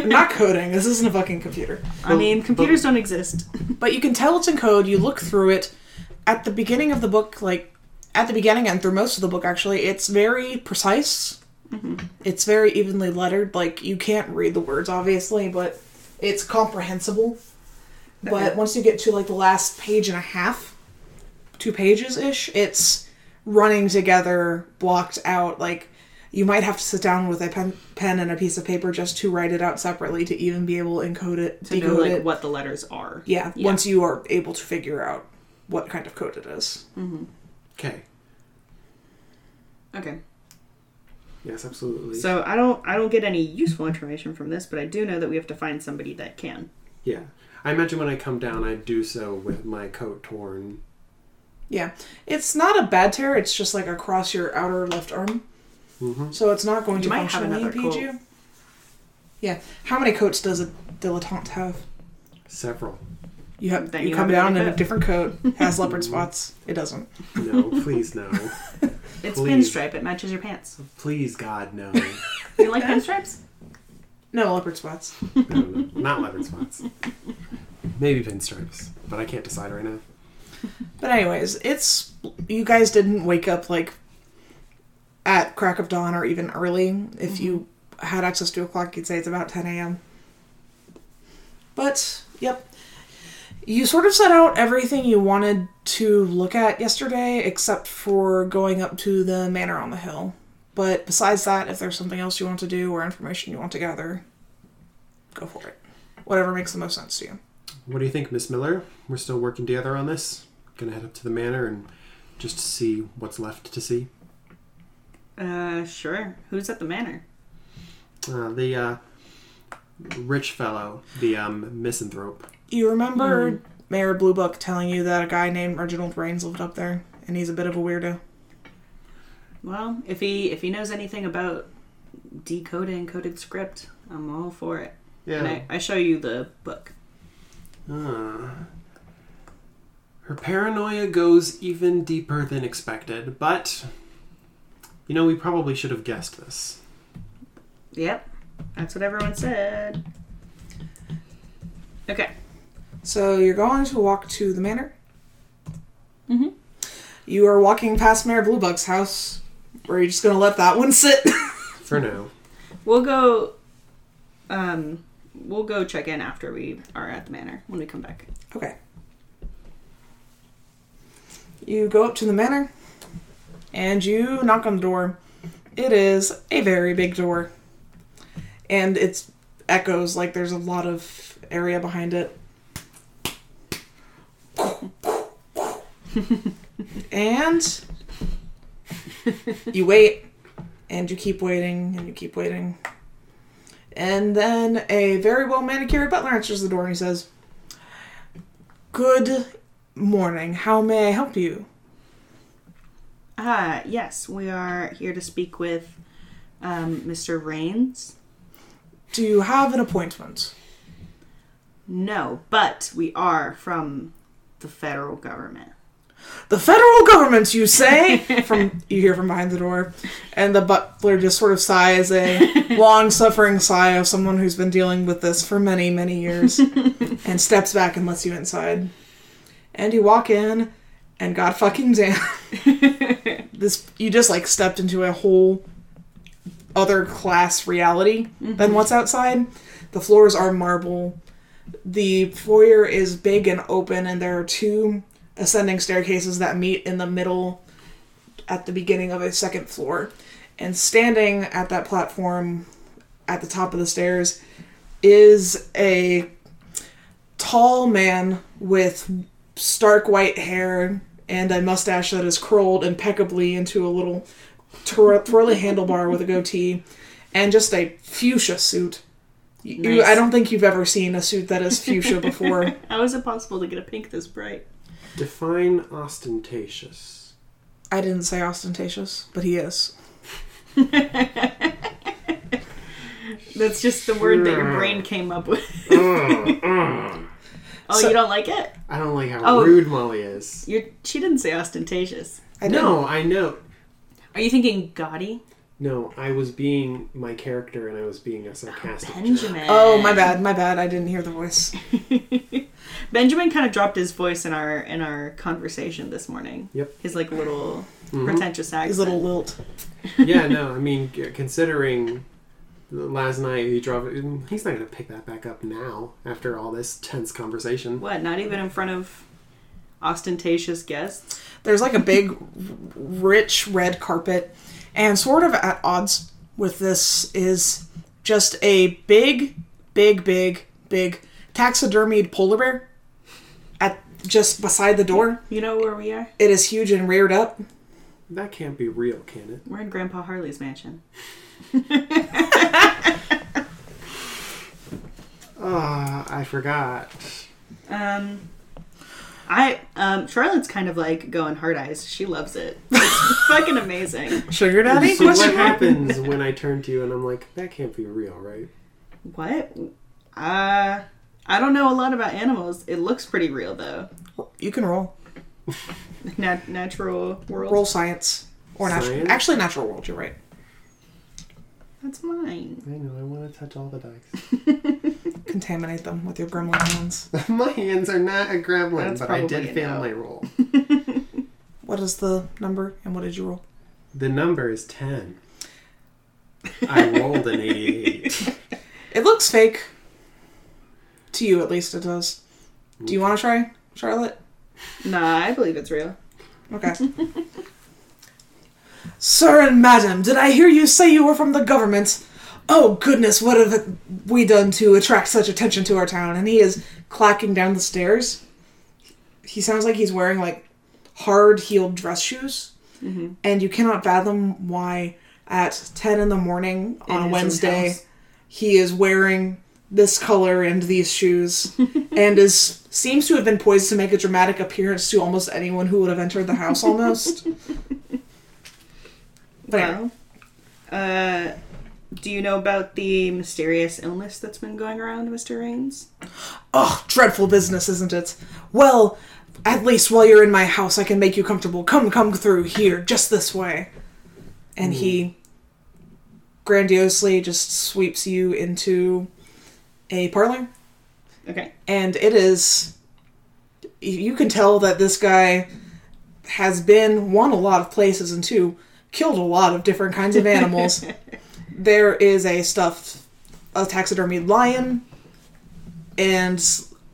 S2: not coding. This isn't a fucking computer.
S4: I mean, computers don't exist.
S2: But you can tell it's in code. You look through it at the beginning of the book, like at the beginning and through most of the book, actually. It's very precise.
S4: Mm-hmm.
S2: It's very evenly lettered. Like you can't read the words, obviously, but it's comprehensible. But
S4: Okay.
S2: once you get to like the last page and a half, two pages ish, it's running together, blocked out. Like you might have to sit down with a pen, pen and a piece of paper just to write it out separately to even be able to encode it,
S4: To know
S2: decode
S4: like
S2: it.
S4: what the letters are.
S2: Yeah, once you are able to figure out what kind of code it is.
S3: Okay.
S4: Okay.
S3: Yes, absolutely.
S4: So I don't I don't get any useful information from this, but I do know that we have to find somebody that can.
S3: yeah. I imagine when I come down, I do so with my coat torn.
S2: Yeah. It's not a bad tear, it's just like across your outer left arm. So it's not going
S4: Mm-hmm. You
S2: to
S4: might have
S2: functionally
S4: another
S2: impede
S4: coat.
S2: you. Yeah. How many coats does a dilettante have?
S3: Several.
S2: You have
S4: Then
S2: you,
S4: you
S2: come
S4: have
S2: down
S4: another
S2: in a
S4: coat.
S2: different coat. Has leopard spots. It doesn't.
S3: No, please no.
S4: It's
S3: Please.
S4: pinstripe. It matches your pants.
S3: Please God no.
S4: You like pinstripes?
S2: No leopard spots.
S3: No, no, not leopard spots. Maybe pinstripes, but I can't decide right now.
S2: But anyways, it's you guys didn't wake up like at crack of dawn or even early. If you had access to a clock, you'd say it's about ten a.m. But yep, you sort of set out everything you wanted to look at yesterday, except for going up to the manor on the hill. But besides that, if there's something else you want to do or information you want to gather, go for it. Whatever makes the most sense to you.
S3: What do you think, Miss Miller? We're still working together on this. Gonna head up to the manor and just see what's left to see.
S4: Uh, sure. Who's at the manor?
S3: Uh, the uh, rich fellow, the um, misanthrope.
S2: You remember Mayor Blue Book telling you that a guy named Reginald Rains lived up there, and he's a bit of a weirdo.
S4: Well, if he if he knows anything about decoding coded script, I'm all for it. And I, I show you the book.
S3: Ah. Her paranoia goes even deeper than expected, but you know, we probably should have guessed this.
S4: Yep, that's what everyone said. Okay.
S2: So you're going to walk to the manor. Mm-hmm. You are walking past Mayor Blue Book's house. Or are you just going to let that one sit?
S3: For now.
S4: We'll go. Um, we'll go check in after we are at the manor when we come back.
S2: okay. You go up to the manor, and you knock on the door. It is a very big door, and it's echoes like there's a lot of area behind it. and you wait and you keep waiting and you keep waiting. And then a very well manicured butler answers the door and he says, Good morning. How may I help you?
S4: Ah, yes, we are here to speak with um, Mr. Rains.
S2: Do you have an appointment?
S4: No, but we are from the federal government.
S2: The federal government, you say? from you hear from behind the door, and the butler just sort of sighs a long-suffering sigh of someone who's been dealing with this for many, many years, and steps back and lets you inside. And you walk in, and god fucking damn, this you just like stepped into a whole other class reality than what's outside. The floors are marble. The foyer is big and open, and there are two ascending staircases that meet in the middle at the beginning of a second floor. And standing at that platform at the top of the stairs is a tall man with stark white hair and a mustache that is curled impeccably into a little twir- twirly handlebar with a goatee and just a fuchsia suit. You- you-
S4: Nice.
S2: I don't think you've ever seen a suit that is fuchsia before.
S4: How is it possible to get a pink this bright?
S3: Define ostentatious.
S2: I didn't say ostentatious, but he is.
S4: That's just the word that your
S3: Sure.
S4: brain came up with.
S3: Ugh, ugh.
S4: oh,
S2: So-
S4: you don't like it?
S3: I don't like how
S4: Oh.
S3: rude Molly is.
S4: You're, she didn't say ostentatious.
S2: I didn't.
S3: No, I know.
S4: Are you thinking gaudy?
S3: No, I was being my character and I was being a sarcastic. jerk.
S4: Benjamin.
S2: Oh, my bad, my bad. I didn't hear the voice.
S4: Benjamin kind of dropped his voice in our in our conversation this morning.
S3: Yep.
S4: His like little pretentious accent.
S2: Mm-hmm. His little lilt.
S3: yeah, no, I mean, c- considering last night he drove mm, he's not going to pick that back up now after all this tense conversation.
S4: What? Not even in front of ostentatious guests.
S2: There's like a big, r- rich red carpet, and sort of at odds with this is just a big, big, big, big taxidermied polar bear at just beside the door.
S4: You know where we are?
S2: It is huge and reared up.
S3: That can't be real, can it?
S4: We're in Grandpa Harley's mansion.
S3: Ah, I Uh, forgot.
S4: Um, I um Charlotte's kind of like going hard eyes. She loves it. It's fucking amazing.
S2: Sugar daddy?
S3: so what
S2: Question mark?
S3: happens when I turn to you and I'm like, that can't be real, right?
S4: What? Uh I don't know a lot about animals. It looks pretty real though.
S2: You can roll.
S4: Nat- natural world.
S2: Roll science or
S3: Science?
S2: natural. Actually, natural world. You're right.
S4: That's mine.
S3: I know. I want to touch all the dice.
S2: Contaminate them with your gremlin hands.
S3: my hands are not a gremlin,
S4: That's
S3: but I
S4: probably
S3: did
S4: a
S3: fail
S4: no.
S3: my roll.
S2: What is the number and what did you roll?
S3: The number is ten. I rolled an eighty-eight.
S2: It looks fake. To you, at least, it does. Do you want to try, Charlotte?
S4: Nah, I believe it's real.
S2: Okay. Sir and madam, did I hear you say you were from the government? Oh goodness, what have we done to attract such attention to our town? And he is clacking down the stairs. He sounds like he's wearing like hard heeled dress shoes.
S4: Mm-hmm.
S2: And you cannot fathom why at 10 in the morning on
S4: In
S2: a
S4: his own
S2: Wednesday
S4: house.
S2: he is wearing this color and these shoes and is seems to have been poised to make a dramatic appearance to almost anyone who would have entered the house almost. but anyway,
S4: Well, uh, do you know about the mysterious illness that's been going around, Mr. Raines?
S2: oh, dreadful business, isn't it? Well, at least while you're in my house I can make you comfortable. Come come through here, just this way. And he grandiosely just sweeps you into a parlor.
S4: Okay.
S2: and it is you can tell that this guy has been one a lot of places and two killed a lot of different kinds of animals there is a stuffed a taxidermied lion and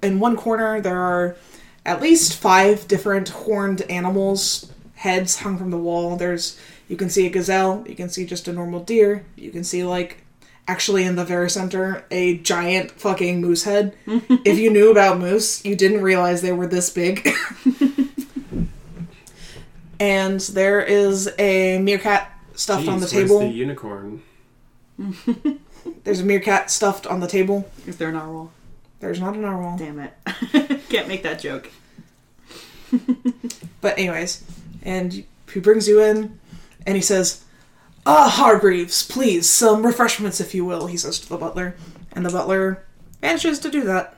S2: in one corner there are at least five different horned animals heads hung from the wall there's you can see a gazelle you can see just a normal deer you can see like actually in the very center a giant fucking moose head if you knew about moose you didn't realize they were this big and there is a meerkat stuffed on the
S3: Jeez, where's
S2: table
S3: The unicorn.
S2: there's a meerkat stuffed on the table
S4: Is there an narwhal?
S2: there's not a narwhal
S4: Damn it. Can't make that joke.
S2: But anyways, and he brings you in, and he says, "Ah, Hargreaves, please some refreshments, if you will," he says to the butler, and the butler manages to do that.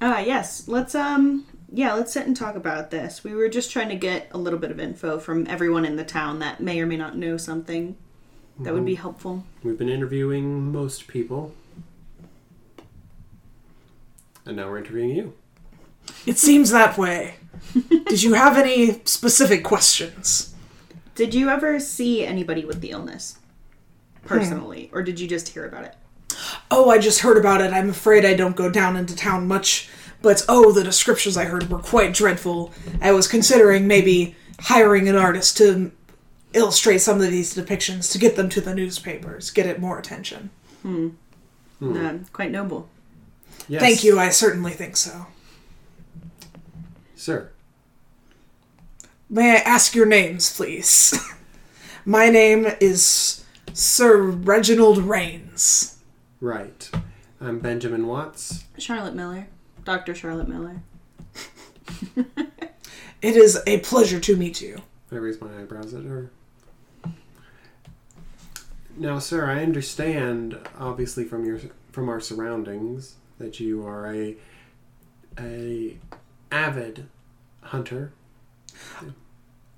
S4: Uh, yes. Let's, um, yeah, let's sit and talk about this. We were just trying to get a little bit of info from everyone in the town that may or may not know something that would be helpful.
S3: We've been interviewing most people. And now we're interviewing you.
S2: It seems that way. Did you have any specific questions?
S4: Did you ever see anybody with the illness personally, or did you just hear about it?
S2: Oh, I just heard about it. I'm afraid I don't go down into town much, but oh, the descriptions I heard were quite dreadful. I was considering maybe hiring an artist to illustrate some of these depictions to get them to the newspapers, get it more attention.
S4: Um, quite noble.
S3: Yes.
S2: Thank you, I certainly think so.
S3: Sir.
S2: May I ask your names, please? My name is Sir Reginald Rains.
S3: Right. I'm Benjamin Watts.
S4: Charlotte Miller. Dr. Charlotte Miller.
S2: It is a pleasure to meet you.
S3: I raised my eyebrows at her. Now, sir, I understand, obviously, from your from our surroundings, that you are a a avid hunter.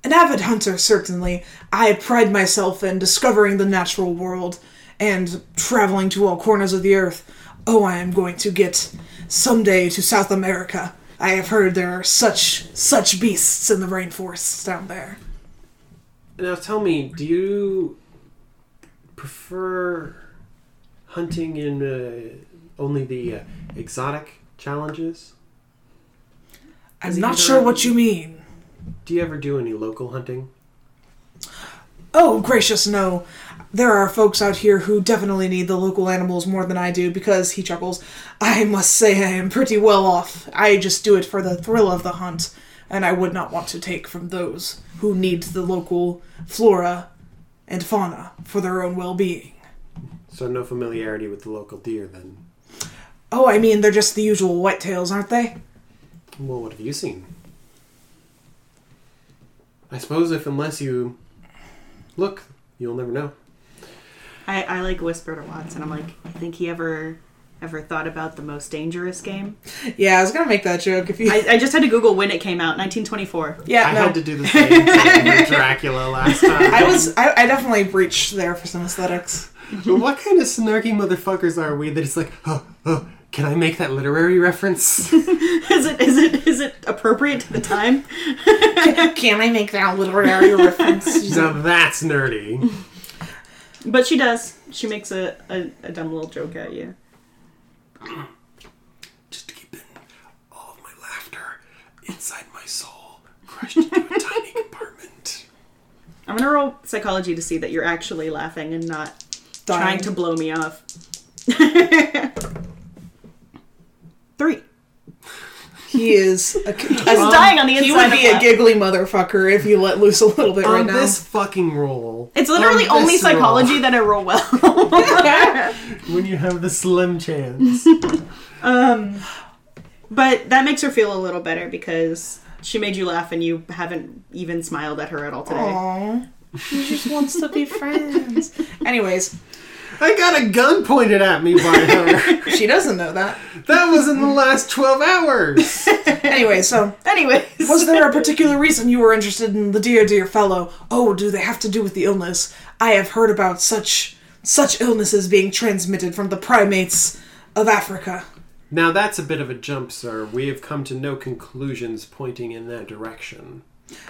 S2: An avid hunter, certainly. I pride myself in discovering the natural world and traveling to all corners of the earth. Oh, I am going to get someday to South America. I have heard there are such such beasts in the rainforests down there.
S3: Now, tell me, do you prefer hunting in uh, only the uh, exotic challenges?
S2: I'm
S4: Is it
S2: not
S4: either
S2: sure
S4: of
S2: what you mean.
S3: Do you ever do any local hunting?
S2: Oh, gracious, no. There are folks out here who definitely need the local animals more than I do because, he chuckles, I must say I am pretty well off. I just do it for the thrill of the hunt, and I would not want to take from those who need the local flora and fauna for their own well being.
S3: So no familiarity with the local deer, then.
S2: Oh, I mean, they're just the usual whitetails, aren't they?
S3: Well, what have you seen? I suppose if unless you look, you'll never know.
S4: I, I like whisper to Watson. I'm like, I think he ever ever thought about the most dangerous game.
S2: Yeah, I was gonna make that joke if you.
S4: I, I just had to Google when it came out, 1924.
S2: yeah,
S3: I
S2: no.
S3: had to do the same thing with Dracula last time.
S2: I was. I, I definitely breached there for some aesthetics.
S3: But what kind of snarky motherfuckers are we that it's like, oh, oh, can I make that literary reference?
S4: Is it is it is it appropriate to the time?
S2: Can I make that literary reference?
S3: now that's nerdy.
S4: But she does. She makes a, a, a dumb little joke at you.
S3: Just keep in all of my laughter inside my soul, crushed into a tiny compartment.
S4: I'm gonna roll psychology to see that you're actually laughing and not trying to blow me off. Three.
S2: He is. A,
S4: I was dying on the
S2: he
S4: inside.
S2: would be
S4: of
S2: a
S4: that.
S2: giggly motherfucker if you let loose a little bit right
S3: On
S2: now.
S3: this fucking roll.
S4: It's literally
S3: on
S4: only
S3: this roll,
S4: psychology that I roll well.
S3: When you have the slim chance.
S4: but that makes her feel a little better because she made you laugh and you haven't even smiled at her at all today.
S2: Aw, he just wants to be friends. Anyways,
S3: I got a gun pointed at me by her.
S2: she doesn't know that.
S3: that was in the last 12 hours.
S2: Anyway, so
S4: Anyways.
S2: was there a particular reason you were interested in the dear dear fellow? Oh, do they have to do with the illness? I have heard about such such illnesses being transmitted from the primates of Africa.
S3: Now that's a bit of a jump, sir. We have come to no conclusions pointing in that direction.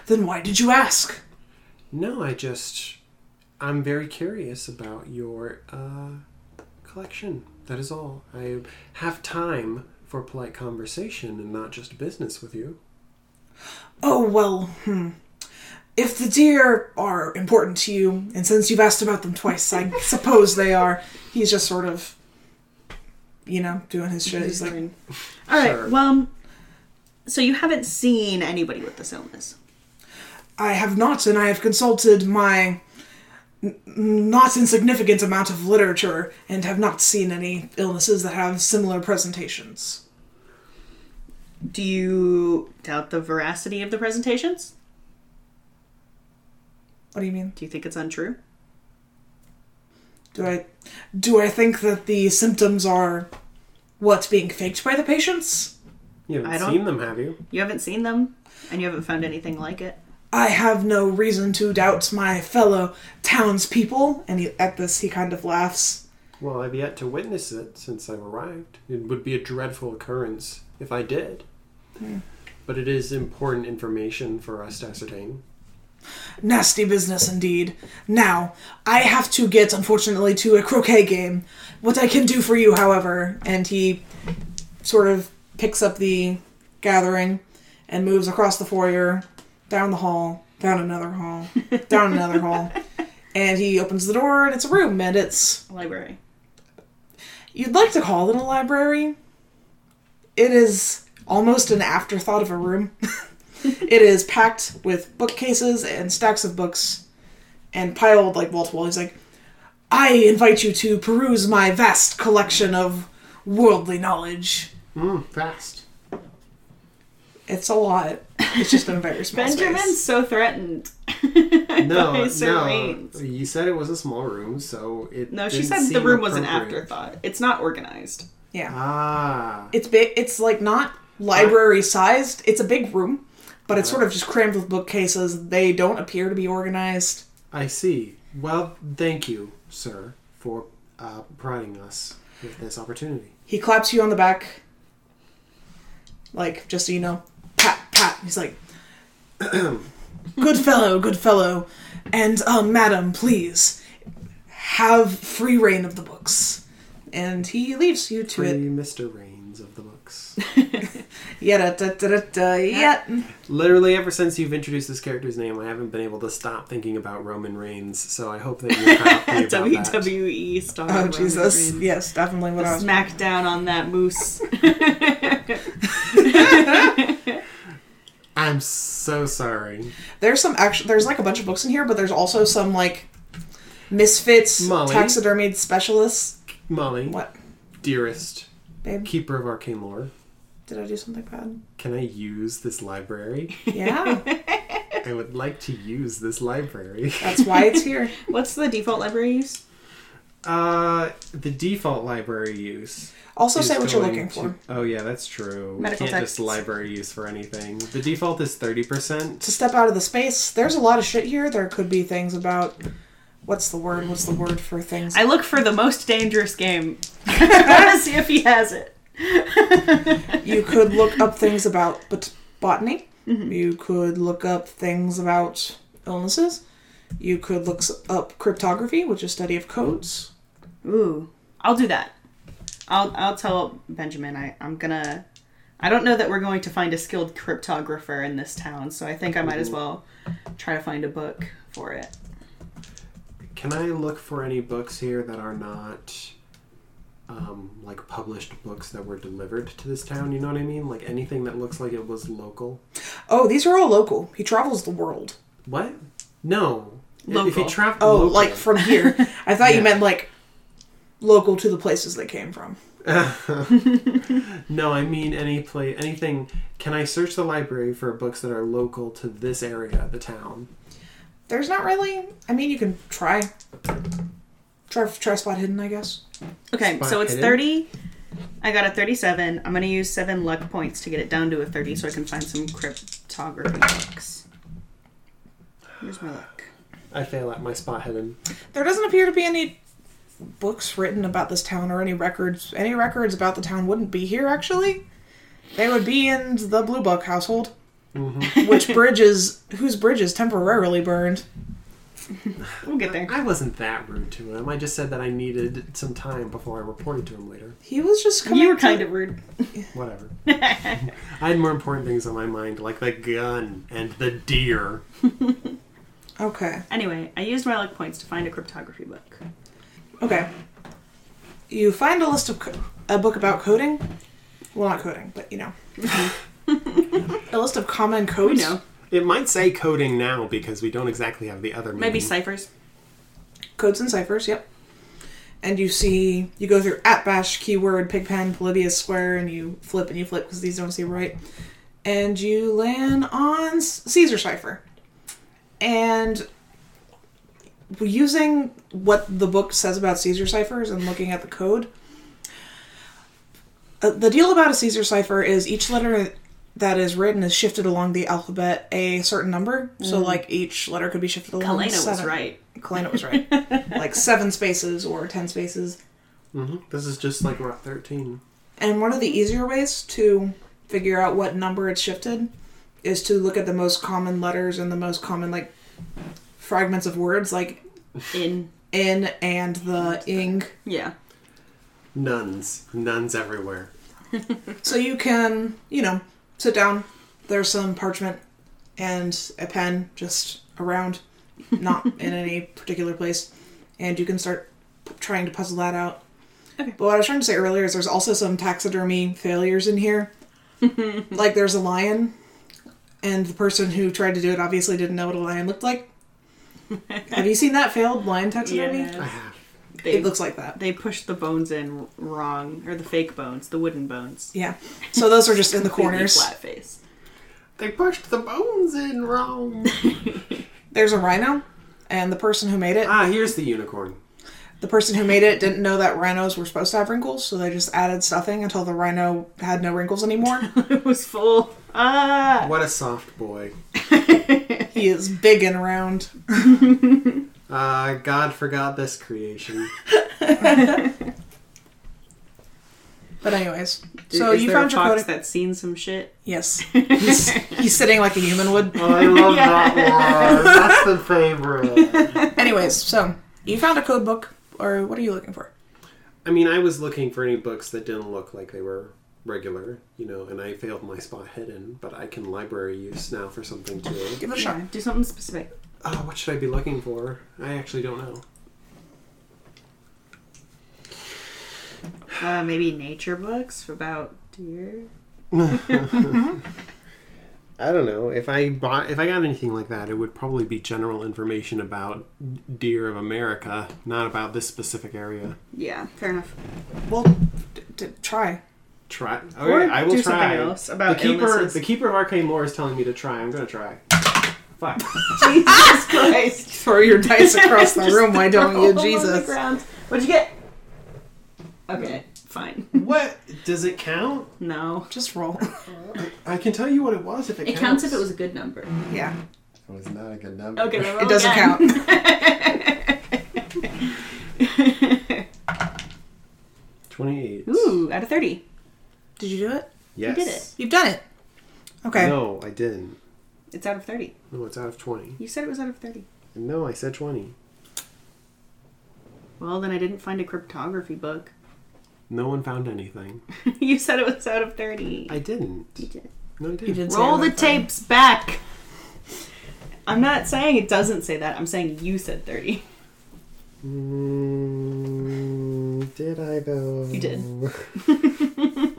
S2: Then why did you ask?
S3: No, I just I'm very curious about your uh, collection. That is all. I have time for polite conversation and not just business with you.
S2: Oh, well, hmm. If the deer are important to you, and since you've asked about them twice, I suppose they are. He's just sort of, you know, doing his shit. He's like,
S4: All right.
S3: Sure.
S4: Well, so you haven't seen anybody with this illness.
S2: I have not, and I have consulted my n- not insignificant amount of literature and have not seen any illnesses that have similar presentations.
S4: Do you doubt the veracity of the presentations?
S2: What do you mean?
S4: Do you think it's untrue?
S2: Do I do I think that the symptoms are what being faked by the patients?
S3: You haven't
S4: I don't-
S3: seen them, have you?
S4: You haven't seen them, and you haven't found anything like it.
S2: I have no reason to doubt my fellow townspeople. And he, at this, he kind of laughs.
S3: Well, I've yet to witness it since I've arrived. It would be a dreadful occurrence if I did.
S4: Hmm.
S3: But it is important information for us to ascertain.
S2: Nasty business indeed. Now, I have to get, unfortunately, to a croquet game. What I can do for you, however, and he sort of picks up the gathering and moves across the foyer, down the hall, down another hall, down another hall. And he opens the door, and it's a room, and it's
S4: Library.
S2: You'd like to call it a library. It is almost an afterthought of a room. it is packed with bookcases and stacks of books and piled like wall to wall. He's like, I invite you to peruse my vast collection of worldly knowledge.
S3: Mm, fast.
S2: It's a lot. It's just a very small
S4: Benjamin's
S2: space.
S4: so threatened.
S3: No,
S4: by Sir
S3: no.
S4: Raines.
S3: You said it was a small room, so it.
S4: No, she
S3: didn't
S4: said the
S3: seem
S4: room was an
S3: appropriate.
S4: afterthought. It's not organized.
S2: Yeah.
S3: Ah,
S2: It's big. It's like not library sized. It's a big room, but it's sort of just crammed with bookcases. They don't appear to be organized.
S3: I see. Well, thank you, sir, for uh, providing us with this opportunity.
S2: He claps you on the back, like just so you know, pat pat. He's like, "Good fellow, good fellow," and um, madam, please have free reign of the books. And he leaves you to
S3: Free
S2: it.
S3: Mr. Rains of the books.
S2: Yeah, da, da, da, da, yeah.
S3: Literally, ever since you've introduced this character's name, I haven't been able to stop thinking about Roman Reigns. So I hope that you're happy about that.
S4: WWE E star.
S2: Oh
S4: Roman
S2: Jesus!
S4: Reigns.
S2: Yes, definitely what I was.
S4: Smackdown on that moose.
S3: I'm so sorry,
S2: There's some actual. There's like a bunch of books in here, but there's also some like misfits,
S3: Molly.
S2: taxidermied specialists.
S3: Molly,
S2: What?
S3: dearest.
S2: Babe,
S3: Keeper of Arcane Lore,
S2: did I do something bad?
S3: can I use this library?
S2: Yeah.
S3: I would like to use this library.
S2: That's why it's here.
S4: What's the default library use?
S3: Uh, the default library use.
S2: Also say
S3: is
S2: what you're
S3: going
S2: looking
S3: to-
S2: for.
S3: Oh yeah, that's true. We
S4: Medical
S3: can't
S4: texts.
S3: just library use for anything. The default is thirty percent.
S2: To step out of the space, there's a lot of shit here. There could be things about what's the word? What's the word for things?
S4: I look for the most dangerous game. I want to see if he has it.
S2: you could look up things about bot- botany. You could look up things about illnesses. You could look s- up cryptography, which is study of codes.
S4: Ooh, I'll do that. I'll I'll tell Benjamin. I I'm gonna. I don't know that we're going to find a skilled cryptographer in this town, so I think I might as well try to find a book for it.
S3: Can I look for any books here that are not, um, like published books that were delivered to this town? You know what I mean? Like anything that looks like it was local.
S2: Oh, these are all local. He travels the world.
S3: What? No. If you
S4: Local.
S3: travel.
S2: Oh,
S3: local.
S2: like from here. I thought you
S3: Yeah.
S2: meant like local to the places they came from.
S3: No, I mean any play anything. Can I search the library for books that are local to this area, the town?
S2: There's not really. I mean, you can try. Try, try spot hidden, I guess.
S4: Okay,
S3: Spot
S4: so it's
S3: hidden?
S4: thirty. I got a thirty-seven. I'm gonna use seven luck points to get it down to a thirty, so I can find some cryptography books. Where's my luck?
S3: I fail at my spot hidden.
S2: There doesn't appear to be any books written about this town or any records. Any records about the town wouldn't be here, actually. They would be in the Blue Buck household, which bridges whose bridge is temporarily burned.
S4: We'll get there.
S3: I wasn't that rude to him. I just said that I needed some time before I reported to him later.
S2: He was just coming.
S4: You were
S2: to-
S4: kind of rude.
S3: Whatever. I had more important things on my mind, like the gun and the deer.
S2: okay.
S4: Anyway, I used my luck points to find a cryptography book.
S2: Okay. You find a list of co- a book about coding. Well, not coding, but you know, a list of common
S4: We
S2: codes.
S4: know.
S3: It might say coding now because we don't exactly have the other.
S4: Maybe
S3: meaning.
S4: ciphers.
S2: codes and ciphers yep and you see you go through at bash keyword pigpen polybius square and you flip and you flip because these don't seem right and you land on S- caesar cipher and using what the book says about caesar ciphers and looking at the code uh, the deal about a caesar cipher is each letter that is written is shifted along the alphabet a certain number so like each letter could be shifted along
S4: Helena Mm. was
S2: seven-
S4: right.
S2: Kalina was right. like seven spaces or ten spaces.
S3: Mm-hmm. This is just like Route 13.
S2: And one of the easier ways to figure out what number it's shifted is to look at the most common letters and the most common like fragments of words like
S4: In
S2: in and the ing.
S4: yeah.
S3: Nuns. Nuns everywhere.
S2: So you can, you know, sit down. There's some parchment and a pen just around, not in any particular place, and you can start p- trying to puzzle that out.
S4: Okay.
S2: But what I was trying to say earlier is there's also some taxidermy failures in here. like there's a lion, and the person who tried to do it obviously didn't know what a lion looked like. Have you seen that failed lion taxidermy?
S3: I
S4: Yeah.
S3: have.
S4: They,
S2: It looks like that.
S4: they pushed the bones in wrong, or the fake bones, the wooden bones.
S2: Yeah. So those are just in the corners.
S4: Flat face.
S3: They pushed the bones in wrong.
S2: There's a rhino, and the person who made it
S3: ah, here's the unicorn.
S2: The person who made it didn't know that rhinos were supposed to have wrinkles, so they just added stuffing until the rhino had no wrinkles anymore.
S4: it was full. Ah.
S3: What a soft boy.
S2: he is big and round.
S3: Uh, God forgot this creation.
S2: But anyways,
S4: Dude,
S2: so
S4: is
S2: you
S4: there
S2: found
S4: a
S2: your
S4: fox
S2: coding.
S4: that's seen some shit?
S2: Yes, he's, he's sitting like a human would.
S3: Oh, I love that one. That's the favorite.
S2: Anyways, so you found a code book, or what are you looking for?
S3: I mean, I was looking for any books that didn't look like they were regular, you know, and I failed my spot hidden, but I can library use now for something too.
S2: Give it a shot.
S4: Yeah, Do something specific.
S3: Uh, what should I be looking for? I actually don't know.
S4: Uh, maybe nature books about deer.
S3: I don't know. If I bought, if I got anything like that, it would probably be general information about deer of America, not about this specific area.
S4: Yeah, fair enough.
S2: Well, d- d- try.
S3: try. Okay,
S4: Or
S3: I will
S4: do
S3: try.
S4: something else about
S3: the keeper.
S4: illnesses.
S3: The keeper of arcane lore is telling me to try. I'm gonna try. Fuck.
S4: Jesus Christ.
S2: Throw your dice across the
S4: Just
S2: room, why don't
S4: roll on
S2: you,
S4: the
S2: Jesus?
S4: ground. What'd you get? Okay, fine.
S3: what does it count?
S4: No.
S2: Just roll.
S3: I can tell you what it was if it,
S4: It counts if it was a good number.
S2: yeah.
S5: It was not a good number.
S4: Okay,
S2: It doesn't
S4: count.
S3: twenty-eight.
S4: Ooh, out of 30.
S2: Did you do it?
S3: Yes.
S4: did it.
S2: You've done it. Okay.
S3: No, I didn't.
S4: It's out of 30.
S3: No, it's out of twenty.
S4: You said it was out of 30.
S3: No, I said twenty.
S4: Well, then I didn't find a cryptography book.
S3: No one found anything.
S4: you said it was out of 30.
S3: I didn't.
S4: You did.
S3: No, I didn't.
S2: You did say
S4: Roll the
S2: that.
S4: tapes back. I'm not saying it doesn't say that. I'm saying you said 30.
S5: Mm, did I though?
S4: You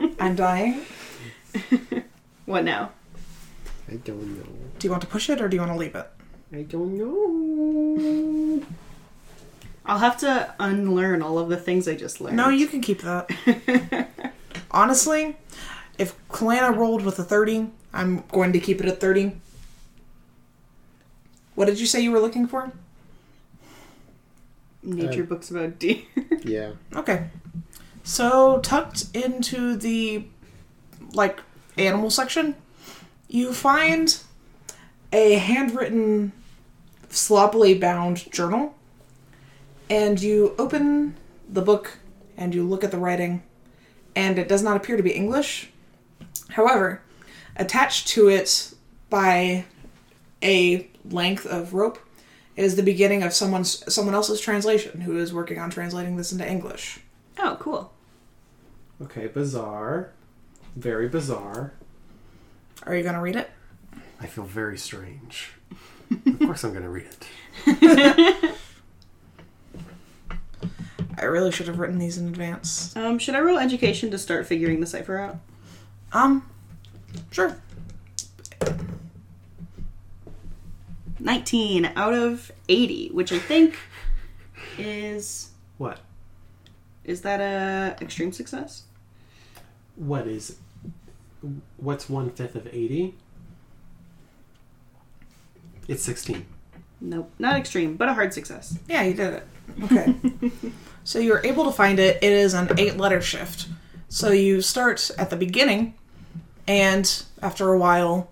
S4: did.
S2: I'm dying.
S4: What now?
S5: I don't know.
S2: Do you want to push it or do you want to leave it?
S5: I don't know.
S4: I'll have to unlearn all of the things I just learned.
S2: No, you can keep that. Honestly, if Kalana rolled with a 30, I'm going to keep it at 30. What did you say you were looking for?
S4: Nature books about deer.
S5: Yeah.
S2: Okay. So, tucked into the like animal section, you find a handwritten, sloppily bound journal, and you open the book and you look at the writing, and it does not appear to be English. However, attached to it by a length of rope is the beginning of someone's someone else's translation who is working on translating this into English.
S4: oh, cool.
S3: Okay, bizarre. Very bizarre.
S2: Are you gonna read it?
S3: I feel very strange. of course I'm going to read it.
S2: I really should have written these in advance.
S4: Um, should I roll education to start figuring the cipher out?
S2: Um, sure.
S4: 19 out of 80, which I think is
S3: What?
S4: is that a extreme success?
S3: What is. What's one fifth of 80? It's 16.
S4: Nope, not extreme, but a hard success.
S2: Yeah, you did it. Okay. so you're able to find it. It is an eight letter shift. So you start at the beginning, and after a while,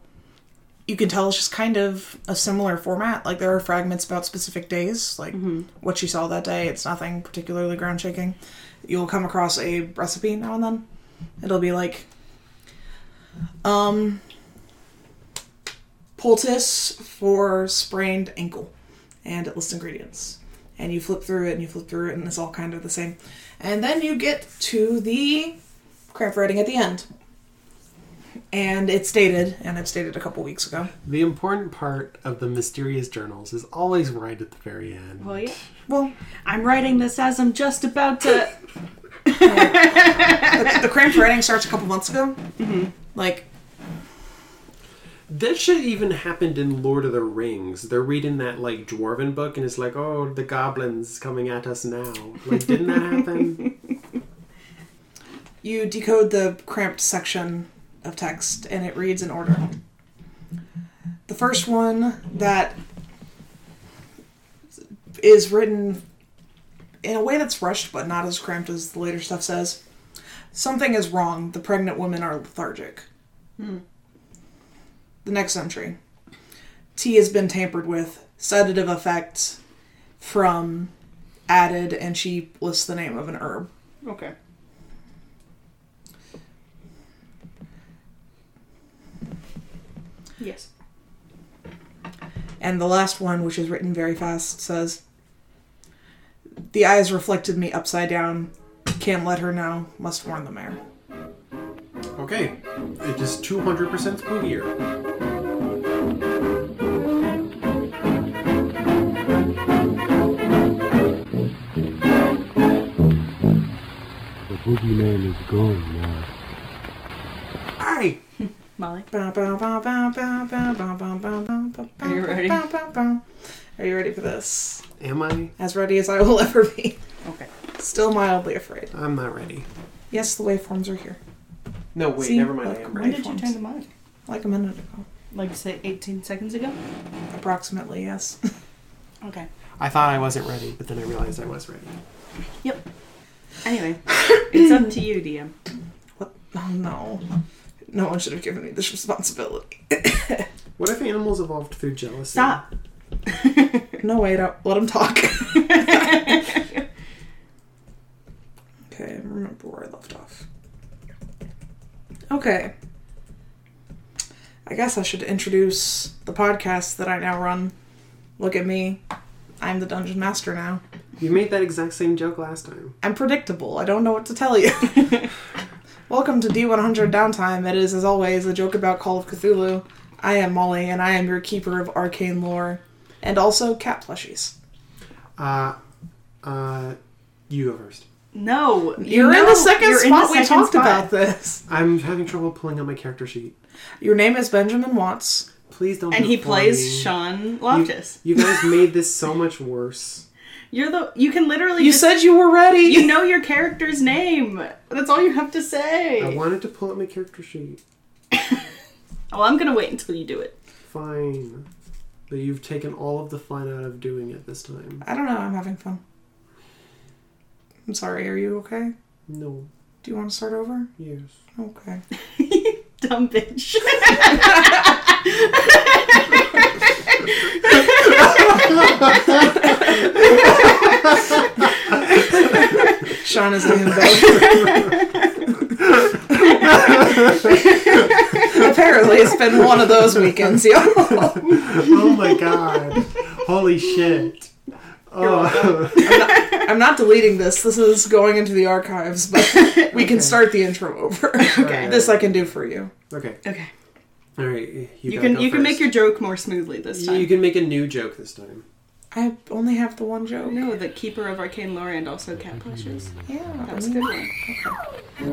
S2: you can tell it's just kind of a similar format. Like there are fragments about specific days, like what you saw that day. It's nothing particularly ground shaking. You'll come across a recipe now and then. It'll be like, um, poultice for sprained ankle and it lists ingredients. And you flip through it and you flip through it, and it's all kind of the same. And then you get to the cramp writing at the end. And it's dated, and it's dated a couple weeks ago.
S3: The important part of the mysterious journals is always right at the very end.
S4: Well, yeah.
S2: Well,
S4: I'm writing this as I'm just about to.
S2: the, the cramp writing starts a couple months ago. Mm-hmm. Like,
S3: That shit even happened in Lord of the Rings. They're reading that, like, dwarven book and it's like, oh, the goblin's coming at us now. Like, didn't that happen?
S2: you decode the cramped section of text, and it reads in order. The first one that is written in a way that's rushed but not as cramped as the later stuff says. Something is wrong. The pregnant women are lethargic. The next entry tea has been tampered with, sedative effects from added, and she lists the name of an herb.
S4: okay. Yes.
S2: And the last one, which is written very fast, says, The eyes reflected me upside down. Can't let her know. Must warn the mayor.
S3: okay. It is 200% spookier.
S5: The boogeyman is gone now.
S3: Hi!
S4: Molly.
S2: Are
S4: you ready?
S2: Are you ready for this?
S3: Am I?
S2: As ready as I will ever be.
S4: Okay.
S2: Still mildly afraid.
S3: I'm not ready.
S2: Yes, the waveforms are here.
S3: No, wait,
S2: See,
S3: never mind. I
S2: look, when
S3: am
S4: When
S3: right.
S4: did you turn them on?
S2: Like a minute ago.
S4: Like say 18 seconds ago?
S2: Approximately, yes.
S4: Okay.
S3: I thought I wasn't ready, but then I realized I was ready.
S4: Anyway, it's up to you, DM.
S2: what? Oh, no. No one should have given me this responsibility.
S3: What if animals evolved through jealousy?
S4: Stop.
S2: No, wait, I, let him talk. okay, I remember where I left off. Okay. I guess I should introduce the podcast that I now run. Look at me. I'm the dungeon master now.
S3: You made that exact same joke last time.
S2: I'm predictable. I don't know what to tell you. Welcome to D100 Downtime. It is, as always, a joke about Call of Cthulhu. I am Molly, and I am your keeper of arcane lore, and also cat plushies.
S3: Uh, uh, you go first.
S4: No. you
S2: You're in
S4: know-
S2: the second
S4: you're in the
S2: spot we
S4: second
S2: talked
S4: spot.
S2: about this.
S3: I'm having trouble pulling out my character sheet.
S2: Your name is Benjamin Watts.
S3: Please don't.
S4: And
S3: do
S4: he
S3: it for me.
S4: plays Sean Loftus.
S3: You guys made this so much worse.
S4: You, are the. You can literally.
S2: You
S4: just,
S2: said you were ready.
S4: You know your character's name. That's all you have to say.
S3: I wanted to pull out my character sheet.
S4: well, Oh, I'm gonna wait until you do it.
S3: Fine. But you've taken all of the fun out of doing it this time.
S2: I don't know. I'm having fun. I'm sorry. Are you okay?
S3: No.
S2: Do you want to start over?
S3: Yes.
S2: Okay.
S4: Dumb bitch.
S2: Sean is a himbo. Apparently, it's been one of those weekends, y'all.
S3: oh my god. Holy shit. Oh.
S2: I'm not deleting this. This is going into the archives, but we can start the intro over.
S3: Okay.
S2: This I can do for you.
S3: Okay.
S4: okay.
S3: All right. You,
S4: You,
S3: gotta
S4: can
S3: go
S4: you can
S3: first.
S4: make your joke more smoothly this time.
S3: You can make a new joke this time.
S2: I only have the one joke.
S4: No, the keeper of arcane lore and also cat plushes.
S2: Yeah,
S4: That was a good one.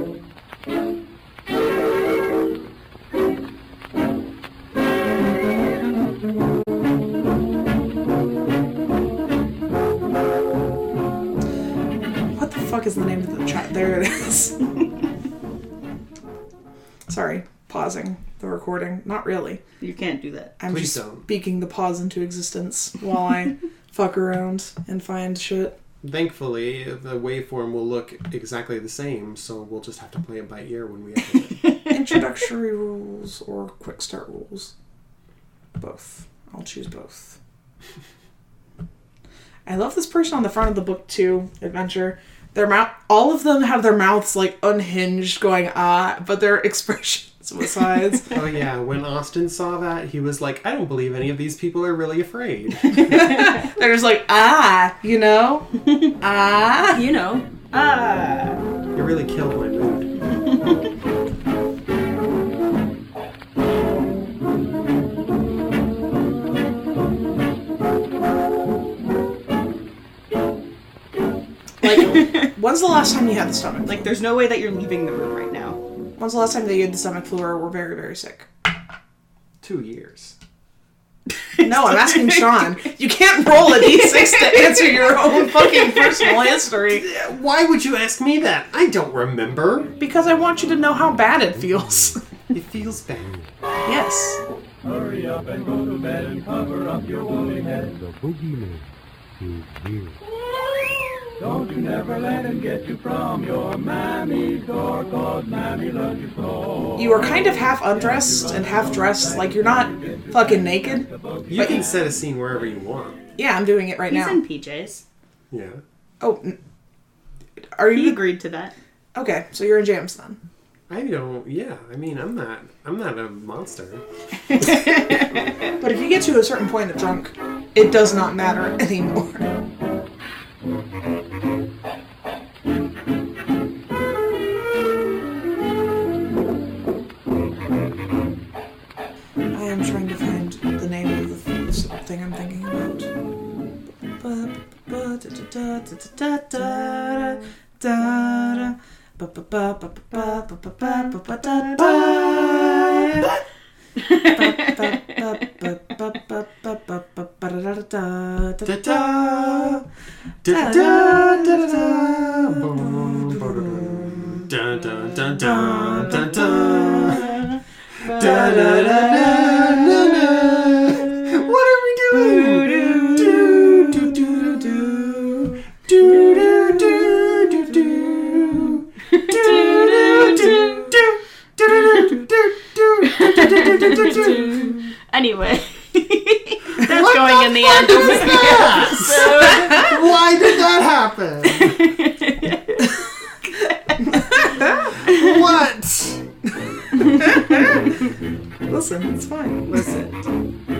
S2: What the fuck is the name of the chat? There it is. Sorry, pausing the recording. Not really.
S4: You can't do that.
S2: I'm
S3: Please
S2: just
S3: don't.
S2: speaking the pause into existence while I fuck around and find shit.
S3: Thankfully, the waveform will look exactly the same, so we'll just have to play it by ear when we edit it.
S2: Introductory rules or quick start rules? Both. I'll choose both. I love this person on the front of the book too, Adventure. Their mouth all of them have their mouths like unhinged going ah, but their expressions besides.
S3: oh yeah, when Austin saw that, he was like, "I don't believe any of these people are really afraid."
S2: They're just like, ah, you know? ah.
S4: You know. Ah.
S3: It really killed my mood.
S2: Like, when's the last time you had the stomach? Like,
S4: Like there's no way that you're leaving the room right now.
S2: when's the last time that you had the stomach flu or were very, very sick?
S3: Two years.
S2: No, I'm asking Sean. You can't roll a d6 to answer your own fucking personal history
S3: Uh, Why would you ask me that? I don't remember.
S2: because I want you to know how bad it feels.
S3: It feels bad.
S2: yes.
S1: Hurry up and go to bed and cover up your woolly head.
S5: The boogeyman is here.
S1: Don't you never let him get you from your mammy's door, cause mammy loves you so.
S2: You are kind of half undressed and half dressed, like you're not fucking naked.
S3: You can set a scene wherever you want.
S2: Yeah, I'm doing it right
S4: He's
S2: now.
S4: in PJs.
S3: Yeah.
S2: oh, n- are
S4: He
S2: you
S4: agreed to that.
S2: okay? So you're in jams then.
S3: I don't. Yeah. I mean, I'm not. I'm not a monster.
S2: But if you get to a certain point of drunk, it does not matter anymore. I am trying to find the name of the th- thing I'm thinking about. Ba- ba- da- da- da- da- da- da- da- ba- ba- ba- ba- ba- ba- ba- ba- ba- ba- da- da.
S3: Da da da da da da da da da da da da What are we doing? Do, do, do, do, do. Do, do, do, do, do. Do, do, do, do. Do, do, do, do, do, do, do, do, do, do, do, do.
S6: Anyway, that's going in the end of
S3: What
S6: the
S3: was
S6: episode.
S3: that? Why did that happen? What?
S2: Listen, it's fine.
S4: Listen,